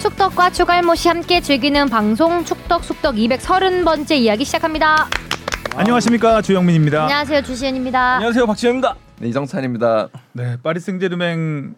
추덕과 추갈모 씨 함께 즐기는 방송 축덕 숙덕 230번째 이야기 아. 시작합니다. 안녕하십니까 주영민입니다. 안녕하세요 주시은입니다. 안녕하세요 박지현입니다. 네, 이정찬입니다. 네 파리 생제르맹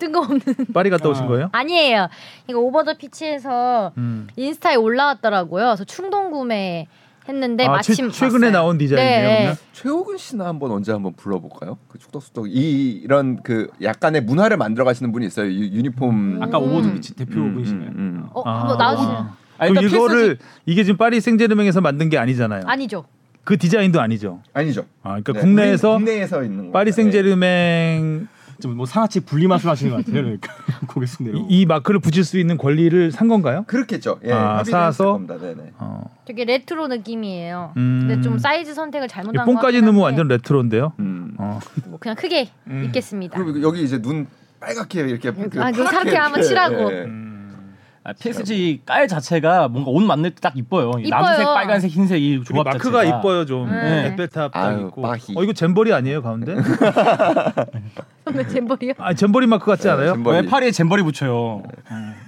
뜬금없는 파리 갔다 오신 아. 거예요? 아니에요. 이거 오버 더 피치에서 음. 인스타에 올라왔더라고요. 그래서 충동 구매 했는데 아, 최- 마침 최근에 봤어요. 네, 나온 디자인이에요, 그러면? 최호근 씨나 한번 언제 한번 불러볼까요? 그 축덕수덕 이- 이런 그 약간의 문화를 만들어 가시는 분이 있어요. 유, 유니폼. 아까 오버드 비치 음, 대표분이시네요. 음, 음. 어, 아. 한번 나와주세요. 아니, 그럼 그러니까 이거를 이게 지금 파리 생제르맹에서 만든 게 아니잖아요. 아니죠. 그 디자인도 아니죠. 아니죠. 아, 그러니까 네, 국내에서 국내- 국내에서 네. 있는 거. 파리 생제르맹 좀뭐 상하치 분리마술 하시는 것 같아요. 그러니까 고개 숙내로. 이, 이 마크를 붙일 수 있는 권리를 산 건가요? 그렇겠죠. 예. 아, 합의를 사서? 했을 겁니다. 네네. 어. 되게 레트로 느낌이에요. 음. 근데 좀 사이즈 선택을 잘못한 것 뽕까지 같긴 한데 넣으면 완전 음. 레트로인데요. 음. 어. 뭐 그냥 크게 읽겠습니다. 그리고 이거 여기 이제 눈 빨갛게 이렇게 그 아, 그 파랗게 사람끼리 한번 이렇게, 칠하고. 예. 음. 아, PSG 깔 자체가 뭔가 옷 만들 때 딱 이뻐요. 이 이뻐요. 남색, 빨간색, 흰색 이 그리고 조합 마크가 자체가. 이뻐요 좀. 네. 에펠탑 딱 아유, 있고. 빠히. 어 이거 잼버리 아니에요 가운데? 선배 잼버리요? 아 잼버리 마크 같지 않아요? 네, 예, 잼버리. 왜 파리에 잼버리 붙여요?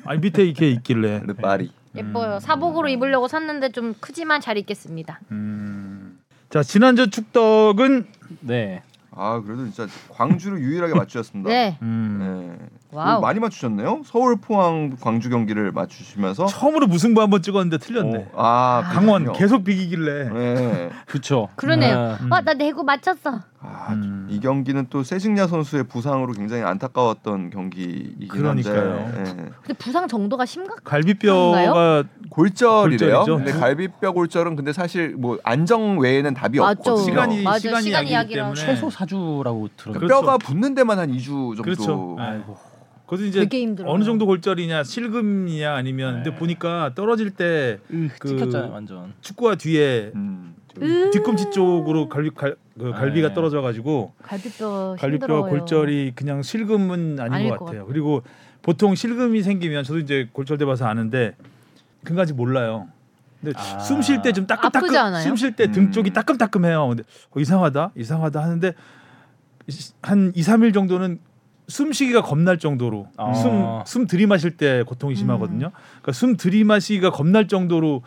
아니 밑에 이렇게 있길래. 르 파리. 네. 음. 예뻐요. 사복으로 입으려고 샀는데 좀 크지만 잘 입겠습니다. 음. 자 지난주 축덕은 네. 아 그래도 진짜 광주를 유일하게 맞추셨습니다. 네. 음, 네. 와우. 많이 맞추셨네요. 서울, 포항, 광주 경기를 맞추시면서 처음으로 무승부 한번 찍었는데 틀렸네. 어, 아 강원 그렇군요. 계속 비기길래. 네. 그렇죠. 그러네요. 음. 와, 나 내구 맞췄어. 아, 이 경기는 또 세징야 선수의 부상으로 굉장히 안타까웠던 경기이긴 그러니까요. 한데 예. 근데 부상 정도가 심각. 갈비뼈가 골절이래요. 골절이죠. 근데 갈비뼈 골절은 근데 사실 뭐 안정 외에는 답이 맞죠. 없거든요. 시간이 맞아요. 시간이 시간 약이기 약이라. 때문에 최소 사주라고 그렇죠. 들었는데. 뼈가 붙는 데만 한 2주 정도. 그렇죠. 네. 아이고. 그것도 이제 되게 힘들어요. 어느 정도 골절이냐 실금이냐 아니면 네. 근데 보니까 떨어질 때 그- 찍혔잖아요, 완전. 축구화 뒤에 음. 뒤꿈치 쪽으로 갈비 갈, 그 갈비가 네. 떨어져 가지고 갈비뼈 갈비뼈 힘들어요. 골절이 그냥 실금은 아닌 아닐 것 것 같아요. 그리고 보통 실금이 생기면 저도 이제 골절돼 봐서 아는데 그까지 몰라요. 근데 아. 음. 숨 쉴 때 좀 아프지 따끔따끔 않아요? 숨 쉴 때 등 쪽이 따끔따끔해요. 근데 어, 이상하다 이상하다 하는데 이- 한 2, 3일 정도는 숨쉬기가 겁날 정도로 아. 숨 숨 들이마실 때 고통이 심하거든요. 음. 그러니까 숨 들이마시기가 겁날 정도로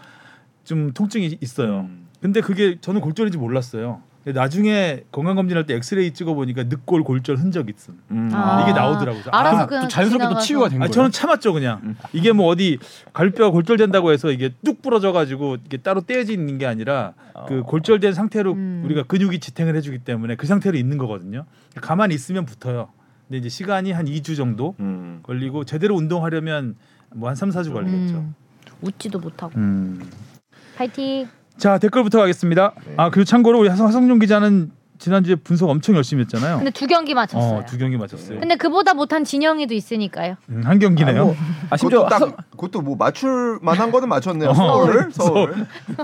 좀 통증이 있어요. 음. 근데 그게 저는 골절인지 몰랐어요. 근데 나중에 건강 검진할 때 엑스레이 찍어 보니까 늑골 골절 흔적 있음. 음. 아. 이게 나오더라고요. 알아서 아, 그냥 또 자연스럽게 또 지나가서. 치유가 된 아, 거예요. 저는 참았죠 그냥. 이게 뭐 어디 갈비뼈가 골절된다고 해서 이게 뚝 부러져가지고 이게 따로 떼어지는 게 아니라 그 골절된 상태로 음. 우리가 근육이 지탱을 해주기 때문에 그 상태로 있는 거거든요. 가만히 있으면 붙어요. 근데 이제 시간이 한 2주 정도 음. 걸리고 제대로 운동하려면 뭐 한 3, 4주 걸리겠죠. 음. 웃지도 못하고. 음. 파이팅. 자 댓글부터 가겠습니다. 아 그리고 참고로 우리 화성- 화성룡 기자는 지난주에 분석 엄청 열심히 했잖아요. 근데 두 경기 맞췄어요. 네. 어두 경기 맞췄어요. 근데 그보다 못한 진영이도 있으니까요. 음, 한 경기네요. 아, 심지어 그것도 딱 하성- 그것도 뭐 맞출 만한 거는 맞췄네요. 어. 서울, 서울.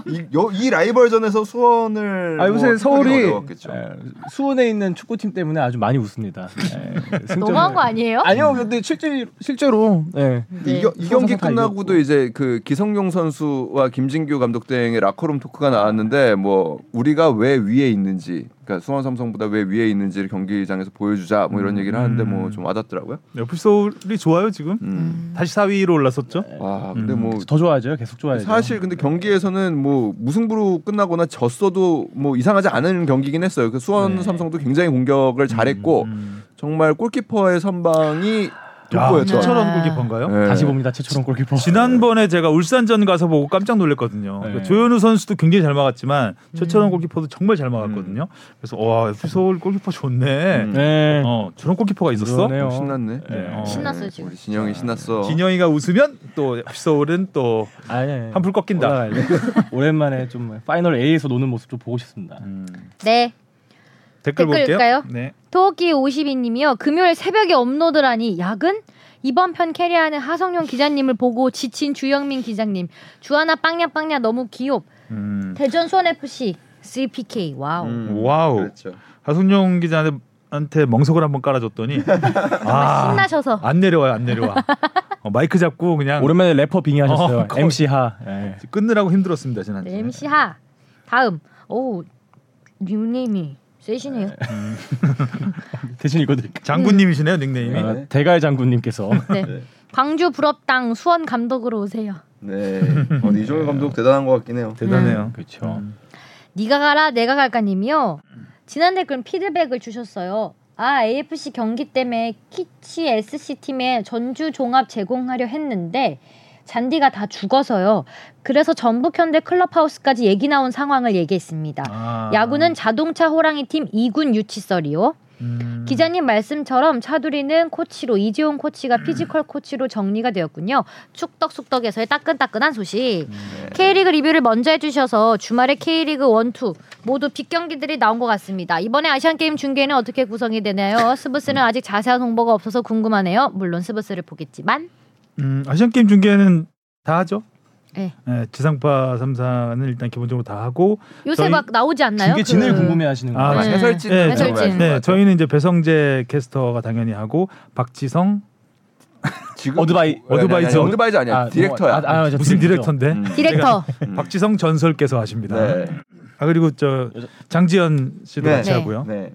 이, 여- 이 라이벌전에서 수원을 아, 뭐 요새 어떻게 서울이 어려웠겠죠. 예, 수원에 있는 축구팀 때문에 아주 많이 웃습니다. 예, 승전을- 너무한 거 아니에요? 아니요, 근데 실제 실제로 예. 네. 이, 겨- 이 경기 서서 다 끝나고도 이겼고. 이제 그 기성용 선수와 김진규 감독 등의 라커룸 토크가 나왔는데 뭐 우리가 왜 위에 있는지 그러니까 수원 삼성보다 왜 위에 있는지를 경기장에서 보여주자 뭐 이런 얘기를 하는데 뭐 좀 와닿더라고요. 네, 옆에 서울이 좋아요 지금. 음. 다시 4위로 올랐었죠. 와 근데 뭐 더 좋아야죠. 계속 좋아야죠. 사실 근데 경기에서는 뭐 무승부로 끝나거나 졌어도 뭐 이상하지 않은 경기긴 했어요. 그 수원 네. 삼성도 굉장히 공격을 잘했고 정말 골키퍼의 선방이 돋보였던. 최철원 골키퍼인가요? 예. 네. 다시 봅니다. 최초롱 골키퍼. 네. 지난번에 제가 울산전 가서 보고 깜짝 놀랐거든요. 네. 그러니까 조현우 선수도 굉장히 잘 막았지만 최철원 골키퍼도 정말 잘 막았거든요. 음. 그래서 와 FC 서울 골키퍼 좋네. 음. 네. 어 저런 골키퍼가 있었어. 그러네요. 신났네. 네. 어. 신났어요, 지금. 우리 진영이 신났어. 진영이가 웃으면 또 FC 서울은 또 아니, 아니. 한풀 꺾인다. 네. 올라가야 돼. 오랜만에 좀 파이널 A에서 노는 모습 좀 보고 싶습니다. 음. 네. 댓글 볼게요. 댓글일까요? 네. 토끼 52님이요. 금요일 새벽에 업로드라니 야근? 이번 편 캐리하는 하성룡 기자님을 보고 지친 주영민 기자님. 주하나 빵냐빵냐 너무 귀엽. 음. 대전 수원 FC CPK 와우. 음, 와우. 그렇죠. 하승용 기자한테 멍석을 한번 깔아줬더니 아, 신나셔서. 안 내려와요 안 내려와 어, 마이크 잡고 그냥 음. 오랜만에 래퍼 빙의하셨어요. 어, 거의. MC 하. 예. 끊느라고 힘들었습니다 지난 네, MC 하 다음 오 뉴네임이 세시네요. 대신 읽어드릴게요. 장군님이시네요 어, 닉네임이 아, 대가의 장군님께서 네. 광주 부럽당 수원 감독으로 오세요. 네. 어, 이종일 감독 대단한 것 같긴 해요. 대단해요. 그렇죠. 음. 네가 가라 내가 갈까님이요. 지난 댓글 피드백을 주셨어요. 아 AFC 경기 때문에 키치 SC 팀에 전주 종합 제공하려 했는데 잔디가 다 죽어서요. 그래서 전북현대 클럽하우스까지 얘기 나온 상황을 얘기했습니다. 아. 야구는 자동차 호랑이 팀 2군 유치설이요. 음. 기자님 말씀처럼 차두리는 코치로 이재용 코치가 음. 피지컬 코치로 정리가 되었군요. 축덕숙덕에서의 따끈따끈한 소식. 음, 네. K리그 리뷰를 먼저 해주셔서 주말에 K리그 1, 2 모두 빅 경기들이 나온 것 같습니다. 이번에 아시안게임 중계는 어떻게 구성이 되나요? 스브스는 아직 자세한 홍보가 없어서 궁금하네요. 물론 스브스를 보겠지만 음, 아시안 게임 중계는 다 하죠. 네. 예, 지상파 3사는 일단 기본적으로 다 하고 요새 저희 막 나오지 않나요? 중계 진을 그- 궁금해하시는 아, 거예요. 맞아요. 네. 해설진 네, 해설진. 말씀 네, 같아요. 저희는 이제 배성재 캐스터가 당연히 하고 박지성 지금 뭐, 어드바이- 아니, 아니, 아니, 어드바이저. 어드바이저 아니야. 아, 디렉터야. 뭐, 아, 아, 저 무슨 디렉터죠. 디렉터인데 음. 디렉터 음. 박지성 전설께서 하십니다. 네. 아 그리고 저 장지현 씨도 네. 같이 네. 하고요. 네.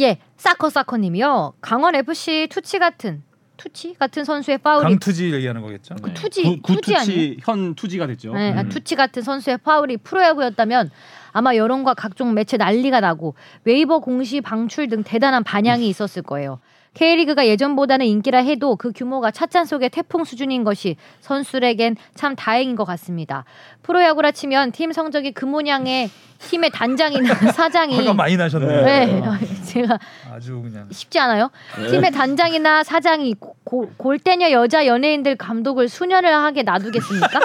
예 사커 사커님이요 강원 FC 투치 같은 투치 같은 선수의 파울이 강투지 얘기하는 거겠죠. 네. 그 투지, 구- 구 투지 아니에요? 투지 현 투지가 됐죠. 네, 아, 음. 투치 같은 선수의 파울이 프로야구였다면 아마 여론과 각종 매체 난리가 나고 웨이버 공시 방출 등 대단한 음. 반향이 있었을 거예요. K리그가 예전보다는 인기라 해도 그 규모가 찻잔 속의 태풍 수준인 것이 선수에겐 참 다행인 것 같습니다. 프로야구라 치면 팀 성적이 그모양의 팀의 단장이나 사장이 화가 많이 나셨네요. 네, 제가 아주 그냥 쉽지 않아요. 네. 팀의 단장이나 사장이 고- 고- 골대녀 여자 연예인들 감독을 수년을 하게 놔두겠습니까?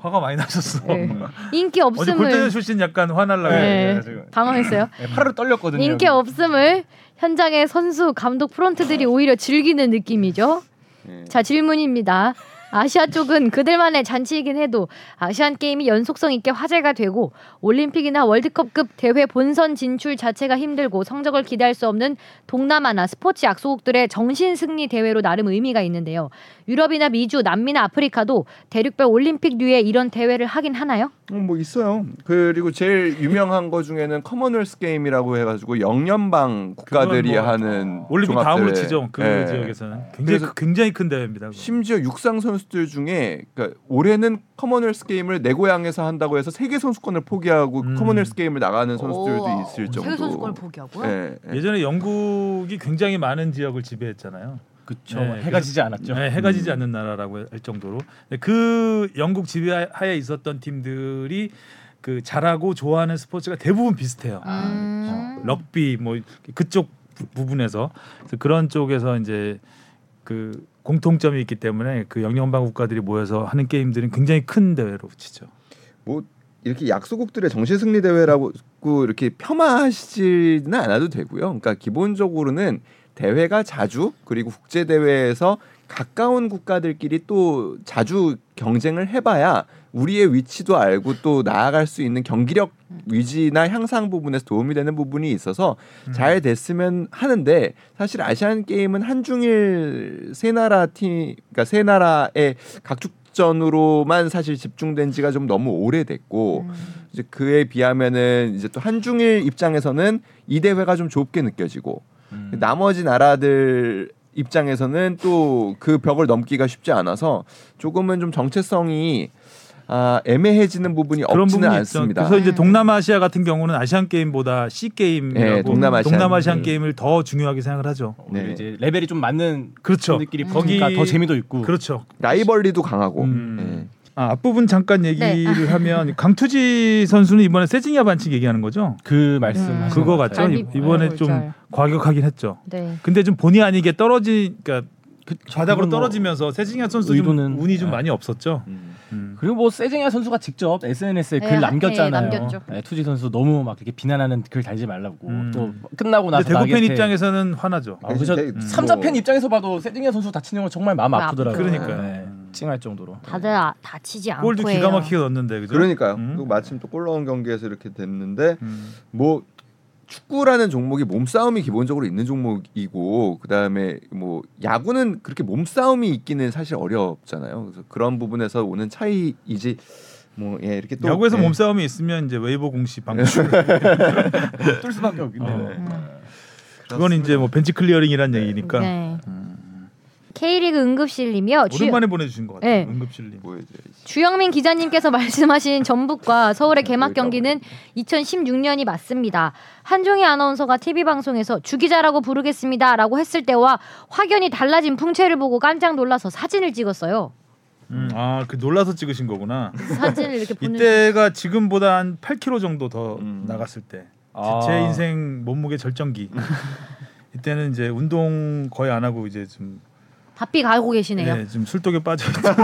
화가 많이 나셨어. 네. 인기 어제 골대 없음을 출신 약간 화날라 네. 네. 지금. 당황했어요. 네, 팔을 떨렸거든요. 인기 없음을 현장의 선수, 감독, 프론트들이 오히려 즐기는 느낌이죠. 네. 자 질문입니다. 아시아 쪽은 그들만의 잔치이긴 해도 아시안 게임이 연속성 있게 화제가 되고 올림픽이나 월드컵급 대회 본선 진출 자체가 힘들고 성적을 기대할 수 없는 동남아나 스포츠 약소국들의 정신 승리 대회로 나름 의미가 있는데요. 유럽이나 미주, 남미나 아프리카도 대륙별 올림픽 류의 이런 대회를 하긴 하나요? 음, 뭐 있어요. 그리고 제일 유명한 거 중에는 커먼웰스 게임이라고 해가지고 영연방 국가들이 그건 뭐 하는 올림픽 종합 다음으로 대회. 치죠. 그 예. 지역에서는 굉장히 그래서- 크- 굉장히 큰 대회입니다. 그거. 심지어 육상 선수들 중에 그러니까 올해는 커먼웰스 게임을 내 고향에서 한다고 해서 세계 선수권을 포기하고 음. 커먼웰스 게임을 나가는 선수들도 있을 정도. 세계 선수권을 포기하고요. 예, 예. 예전에 영국이 굉장히 많은 지역을 지배했잖아요. 그쵸. 네, 해가 그래서- 지지 않았죠. 네, 해가 음. 지지 않는 나라라고 할 정도로 네, 그 영국 지배하에 있었던 팀들이 그 잘하고 좋아하는 스포츠가 대부분 비슷해요. 음. 럭비 뭐 그쪽 부- 부분에서 그래서 그런 쪽에서 이제 그 공통점이 있기 때문에 그 영연방 국가들이 모여서 하는 게임들은 굉장히 큰 대회로 치죠. 뭐 이렇게 약소국들의 정신 승리 대회라고 이렇게 폄하하시지는 않아도 되고요. 그러니까 기본적으로는 대회가 자주 그리고 국제 대회에서 가까운 국가들끼리 또 자주 경쟁을 해봐야 우리의 위치도 알고 또 나아갈 수 있는 경기력 위지나 향상 부분에서 도움이 되는 부분이 있어서 잘 됐으면 하는데 사실 아시안 게임은 한중일 세 나라 팀 그러니까 세 나라의 각축 전으로만 사실 집중된 지가 좀 너무 오래됐고 음. 이제 그에 비하면은 이제 또 한중일 입장에서는 이 대회가 좀 좁게 느껴지고 음. 나머지 나라들 입장에서는 또 그 벽을 넘기가 쉽지 않아서 조금은 좀 정체성이 아, 애매해지는 부분이 그런 없지는 부분이 않습니다. 있죠. 그래서 이제 음. 동남아시아 같은 경우는 아시안 게임보다 C 게임이라고 예, 동남아시안 네, 동남아시안 음. 게임. 게임을 더 중요하게 생각을 하죠. 오히려 네. 이제 레벨이 좀 맞는 그렇죠. 팀들끼리 음. 거기 더 재미도 있고. 그렇죠. 라이벌리도 강하고 예. 음. 아, 앞부분 잠깐 얘기를 네. 하면 강투지 선수는 이번에 세징야 반칙 얘기하는 거죠? 네. 그 말씀. 음. 그거 같죠? 잘 이- 이번에 입- 좀 잘. 과격하긴 했죠. 네. 근데 좀 본의 아니게 떨어지 그러니까 바닥으로 뭐 떨어지면서 세징야 선수 좀 의도는- 운이 좀 네. 많이 없었죠. 음. 음. 그리고 뭐 세징야 선수가 직접 SNS에 네, 글 하- 남겼잖아요. 네, 남겼죠. 네, 투지 선수 너무 막 이렇게 비난하는 글 달지 말라고. 음. 또 끝나고 근데 나서 대구 팬 나한테- 입장에서는 화나죠. 아, 그래서 음. 삼자 팬 입장에서 봐도 세징야 선수 다치는 건 정말 마음 마음 아프더라고요. 그러니까요. 찡할 정도로. 음. 다들 아, 다치지 않고 골도 기가 막히게 넣었는데 그죠? 그러니까요. 음. 그리고 마침 또 골 넣은 경기에서 이렇게 됐는데 음. 뭐 축구라는 종목이 몸싸움이 기본적으로 있는 종목이고 그다음에 뭐 야구는 그렇게 몸싸움이 있기는 사실 어렵잖아요. 그래서 그런 부분에서 오는 차이이지 뭐 예 이렇게 또 야구에서 예. 몸싸움이 있으면 이제 웨이버 공시 방출 뚫 수밖에 없긴 어. 해요. 뭐 네. 음. 그건 이제 뭐 벤치 클리어링이란 얘기니까 네. K리그 응급실이며 주, 오랜만에 보내주신 것 같아요. 네. 응급실님. 뭐, 보여줘야지. 주영민 기자님께서 말씀하신 전북과 서울의 개막 그러니까 경기는 2016년이 맞습니다. 한종희 아나운서가 TV 방송에서 주기자라고 부르겠습니다라고 했을 때와 확연히 달라진 풍채를 보고 깜짝 놀라서 사진을 찍었어요. 음, 아그 놀라서 찍으신 거구나. 사진을 이렇게 보는 이때가 지금보다 한 8kg 정도 더 음. 나갔을 때. 아. 제 인생 몸무게 절정기. 이때는 이제 운동 거의 안 하고 이제 좀, 바삐 가고 계시네요. 네, 좀 술독에 빠져 있던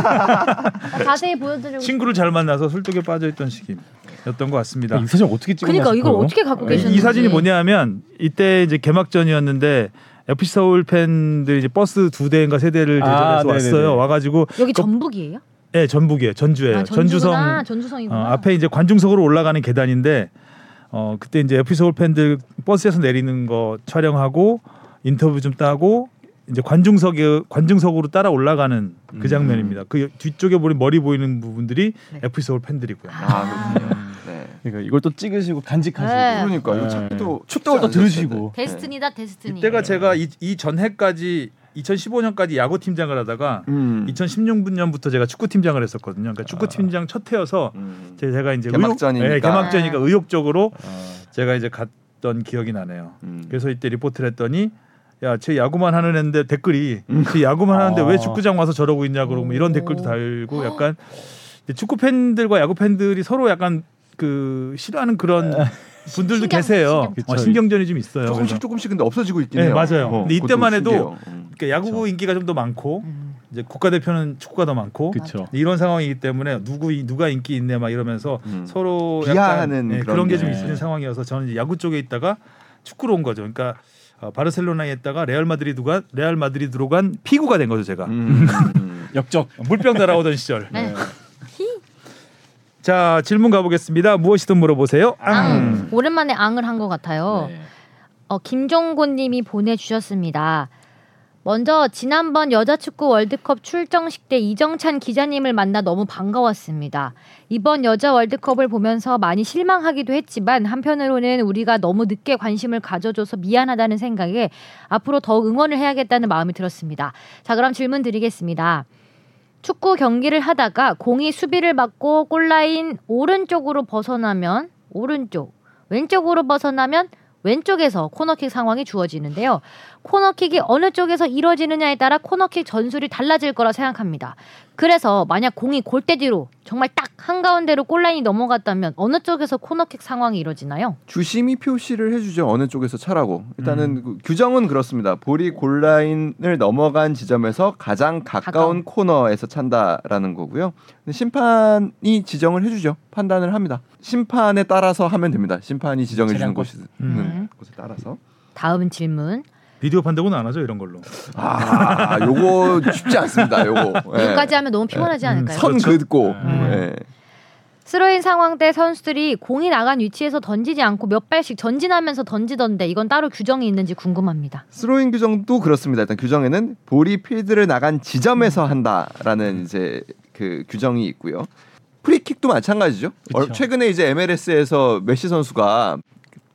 자세히 보여드리고 친구를 잘 만나서 술독에 빠져 있던 시기였던 것 같습니다. 이 사진 어떻게 찍었나 그러니까 이걸 싶어요. 어떻게 갖고 계셨는지 네. 이 사진이 뭐냐면 이때 이제 개막전이었는데 FC 서울 팬들이 이제 버스 두 대인가 세 대를 아, 대전해서 네네네. 왔어요. 와가지고 여기 그- 전북이에요? 예 전북이에요 전주예요 아, 전주성 전주구나. 전주성이구나. 어, 앞에 이제 관중석으로 올라가는 계단인데 어 그때 이제 FC 서울 팬들 버스에서 내리는 거 촬영하고 인터뷰 좀 따고 이제 관중석에 관중석으로 따라 올라가는 음. 그 장면입니다. 그 뒤쪽에 보니 머리 보이는 부분들이 네. FC 서울 팬들이고요. 아 그렇군요. 네. 그러니까 이걸 또 찍으시고 간직하시고 네. 그러니까 이거 네. 참 또- 춥다고 또 쉽지 않으셨을 텐데. 들으시고. 데스티니다 데스티니. 이때가 제가 이, 이 전해까지 2015년까지 야구 팀장을 하다가 음. 2016년부터 제가 축구 팀장을 했었거든요. 그러니까 축구 팀장 첫 해여서 아. 음. 제- 제가 이제 개막전이니까. 아. 의욕, 예, 개막전이니까 아. 의욕적으로 제가 이제 갔던 기억이 나네요. 음. 그래서 이때 리포트를 했더니 야, 쟤 야구만 하는 애인데 댓글이 음. 쟤 야구만 하는데 아. 왜 축구장 와서 저러고 있냐 그러고 뭐 이런 오. 댓글도 달고 약간 이제 축구 팬들과 야구 팬들이 서로 약간 그 싫어하는 그런 아. 분들도 신경- 계세요. 신경- 어, 그쵸. 신경전이 좀 있어요. 그래서. 조금씩 조금씩 근데 없어지고 있긴 네, 해요. 맞아요. 근데 그것도 이때만 해도 신기해요. 음. 그러니까 야구 인기가 좀 더 많고 음. 이제 국가대표는 축구가 더 많고 그렇죠. 이런 상황이기 때문에 누구 이- 누가 인기 있네 막 이러면서 음. 서로 비하하는 약간, 예, 그런 네. 그런 게 좀 게. 있는 상황이어서 저는 이제 야구 쪽에 있다가 축구로 온 거죠. 그러니까 어, 바르셀로나에 있다가 레알 마드리드가 레알 마드리드로 간 피구가 된 거죠 제가 음. 음. 역적. 물병 날아오던 시절. 네. 자 질문 가보겠습니다. 무엇이든 물어보세요. 앙. 앙. 오랜만에 앙을 한 것 같아요. 네. 어, 김종곤님이 보내주셨습니다. 먼저 지난번 여자축구 월드컵 출정식 때 이정찬 기자님을 만나 너무 반가웠습니다. 이번 여자 월드컵을 보면서 많이 실망하기도 했지만 한편으로는 우리가 너무 늦게 관심을 가져줘서 미안하다는 생각에 앞으로 더욱 응원을 해야겠다는 마음이 들었습니다. 자 그럼 질문 드리겠습니다. 축구 경기를 하다가 공이 수비를 받고 골라인 오른쪽으로 벗어나면 오른쪽, 왼쪽으로 벗어나면 왼쪽에서 코너킥 상황이 주어지는데요. 코너킥이 어느 쪽에서 이루어지느냐에 따라 코너킥 전술이 달라질 거라 생각합니다. 그래서 만약 공이 골대 뒤로 정말 딱 한가운데로 골라인이 넘어갔다면 어느 쪽에서 코너킥 상황이 이루어지나요? 주심이 표시를 해주죠 어느 쪽에서 차라고 음. 일단은 그 규정은 그렇습니다 볼이 골라인을 넘어간 지점에서 가장 가까운 가까운. 코너에서 찬다라는 거고요 근데 심판이 지정을 해주죠 판단을 합니다 심판에 따라서 하면 됩니다 심판이 지정해 주는 재량권. 곳이 음. 곳에 따라서 다음 질문. 비디오 판독은 안 하죠 이런 걸로. 뭐 아 요거 쉽지 않습니다 요거 예. 여기까지 하면 너무 피곤하지 않을까요? 선 긋고 음. 예. 스로인 상황 때 선수들이 공이 나간 위치에서 던지지 않고 몇 발씩 전진하면서 던지던데 이건 따로 규정이 있는지 궁금합니다. 스로잉 규정도 그렇습니다. 일단 규정에는 볼이 필드를 나간 지점에서 음. 한다라는 이제 그 규정이 있고요. 프리킥도 마찬가지죠. 얼- 최근에 이제 MLS에서 메시 선수가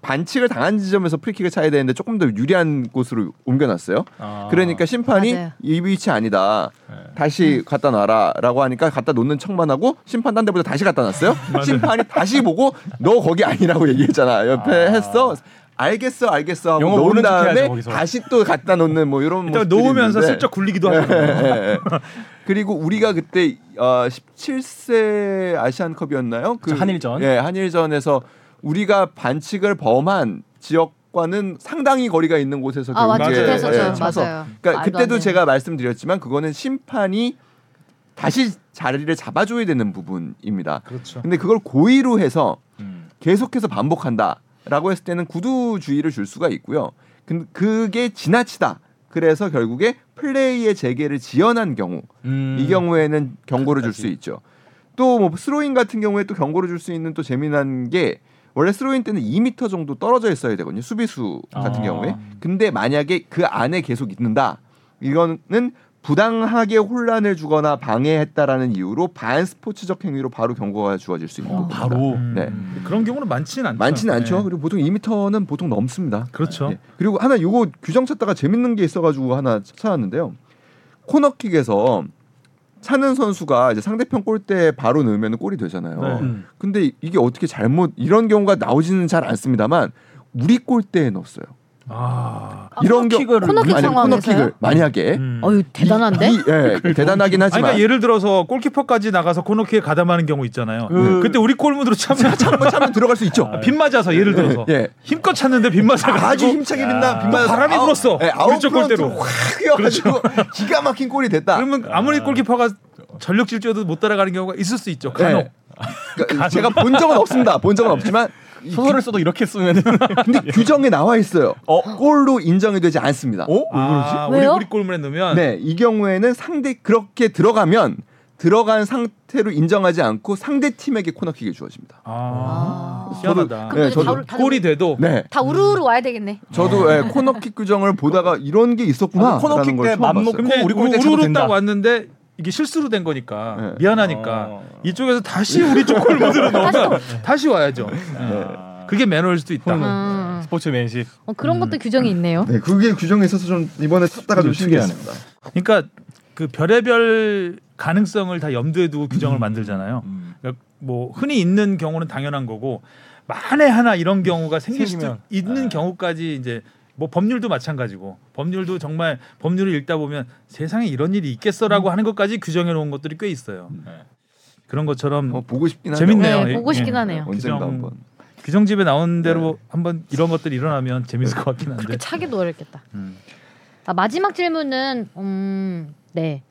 반칙을 당한 지점에서 프리킥을 차야 되는데 조금 더 유리한 곳으로 옮겨놨어요. 아. 네. 그러니까 심판이 맞아요. 음. 이 위치 아니다. 다시 갖다 놔라라고 하니까 갖다 놓는 척만 하고 심판 딴 데보다 다시 갖다 놨어요. 심판이 다시 보고 너 거기 아니라고 얘기했잖아. 옆에 했어. 알겠어, 알겠어 하고 영어 놓은 모르는 척 해야죠, 다음에 거기서. 다시 또 갖다 놓는 뭐 이런 일단 모습들이 놓으면서 있는데. 슬쩍 굴리기도 하고. 예, 예, 예. 그리고 우리가 그때 어, 17세 아시안컵이었나요? 그 그쵸, 한일전. 예, 한일전에서 우리가 반칙을 범한 지역과는 상당히 거리가 있는 곳에서 아, 결국에, 완축해서 완전해서죠. 저, 예, 차서 맞아요. 그러니까 말도 안 그때도 되는. 제가 말씀드렸지만 그거는 심판이 다시 자리를 잡아줘야 되는 부분입니다. 그렇죠. 음. 근데 그걸 고의로 해서 계속해서 반복한다라고 했을 때는 구두주의를 줄 수가 있고요. 근 그게 지나치다. 그래서 결국에 플레이의 재개를 지연한 경우 음. 이 경우에는 경고를 줄 수 그렇지. 있죠. 또 뭐 스로인 같은 경우에 또 경고를 줄 수 있는 또 재미난 게 원래 스로인 때는 2m 정도 떨어져 있어야 되거든요. 수비수 같은 아. 경우에. 근데 만약에 그 안에 계속 있는다. 이거는 부당하게 혼란을 주거나 방해했다라는 이유로 반스포츠적 행위로 바로 경고가 주어질 수 있는 어. 겁니다. 아, 바로 음. 네. 그런 경우는 많지는 않죠. 많지는 않죠. 네. 그리고 네. 보통 2m는 보통 넘습니다. 그렇죠. 예. 그리고 하나 요거 규정 찾다가 재밌는 게 있어가지고 하나 찾아왔는데요. 코너킥에서 차는 선수가 이제 상대편 골대에 바로 넣으면 골이 되잖아요. 네. 음. 근데 이게 어떻게 잘못 이런 경우가 나오지는 잘 않습니다만 우리 골대에 넣었어요. 아. 이런 경우 코너킥을 코너킥 아니, 상황에서요? 코너킥을 만약에 음. 어유 대단한데? 이- 예, 대단하긴 아니, 하지만 그러니까 예를 들어서 골키퍼까지 나가서 코너키에 가담하는 경우 네. 있잖아요. 그- 그, 때 우리 골문으로 참면 한번 차면 들어갈 수 있죠. 빗 맞아서 예를 들어서 예. 힘껏 찼는데 빗 맞아 가지고 아주 힘차게 빛나 빛나 바람이 불었어. 왼쪽 골대로. 그렇죠. 확 휘어가지고 기가 막힌 골이 됐다. 그러면 아무리 골키퍼가 전력 질주해도 못 따라가는 경우가 있을 수 있죠. 간혹. 아, 네. 그러니까 제가 본 적은 없습니다. 본 적은 없지만 이 소설을 써도 이렇게 쓰면은 네. 근데 규정에 나와 있어요. 골로 인정이 되지 않습니다. 어? 아, 우리 왜요? 우리 골문에 넣으면 네, 이 경우에는 상대 그렇게 들어가면 들어간 상태로 인정하지 않고 상대 팀에게 코너킥이 주어집니다. 아. 아. 희한하다. 그럼 네, 이제 다, 저도 올- 다, 골이 아. 돼도 네. 다 우르르 와야 되겠네. 저도 예, 코너킥 규정을 보다가 이런 게 있었구나. 아, 코너킥 라는 걸 때 처음 맘 봤어요. 놓고 근데 그 우리 우리 골대 쳐도 우르르 된다. 딱 왔는데 이게 실수로 된 거니까 네. 미안하니까 어. 이쪽에서 다시 우리 쪽 골문으로 넣으면 다시 와야죠. 네. 아. 그게 매너일 수도 있다. 음. 음. 스포츠 맨십. 어, 음. 그런 것도 규정이 있네요. 네, 그게 규정에 있어서 좀 이번에 찾다가 좀 신기했습니다. 그러니까 그 별의별 가능성을 다 염두에 두고 규정을 음. 만들잖아요. 그러니까 뭐 흔히 있는 경우는 당연한 거고 만에 하나 이런 경우가 생길 수도 생기면. 네. 있는 경우까지 이제 뭐 법률도 마찬가지고 법률도 정말 법률을 읽다 보면 세상에 이런 일이 있겠어라고 음. 하는 것까지 규정해 놓은 것들이 꽤 있어요. 그런 것처럼 뭐 어, 보고 싶긴 하네요. 재밌네요. 네, 보고 예. 싶긴 하네요. 언젠가 규정- 한번. 규정집에 나온 대로 한번 이런 것들이 일어나면 재밌을 것 같긴 그렇게 한데. 차기도 어렵겠다. 네. 음. 아, 마지막 질문은 음, 네.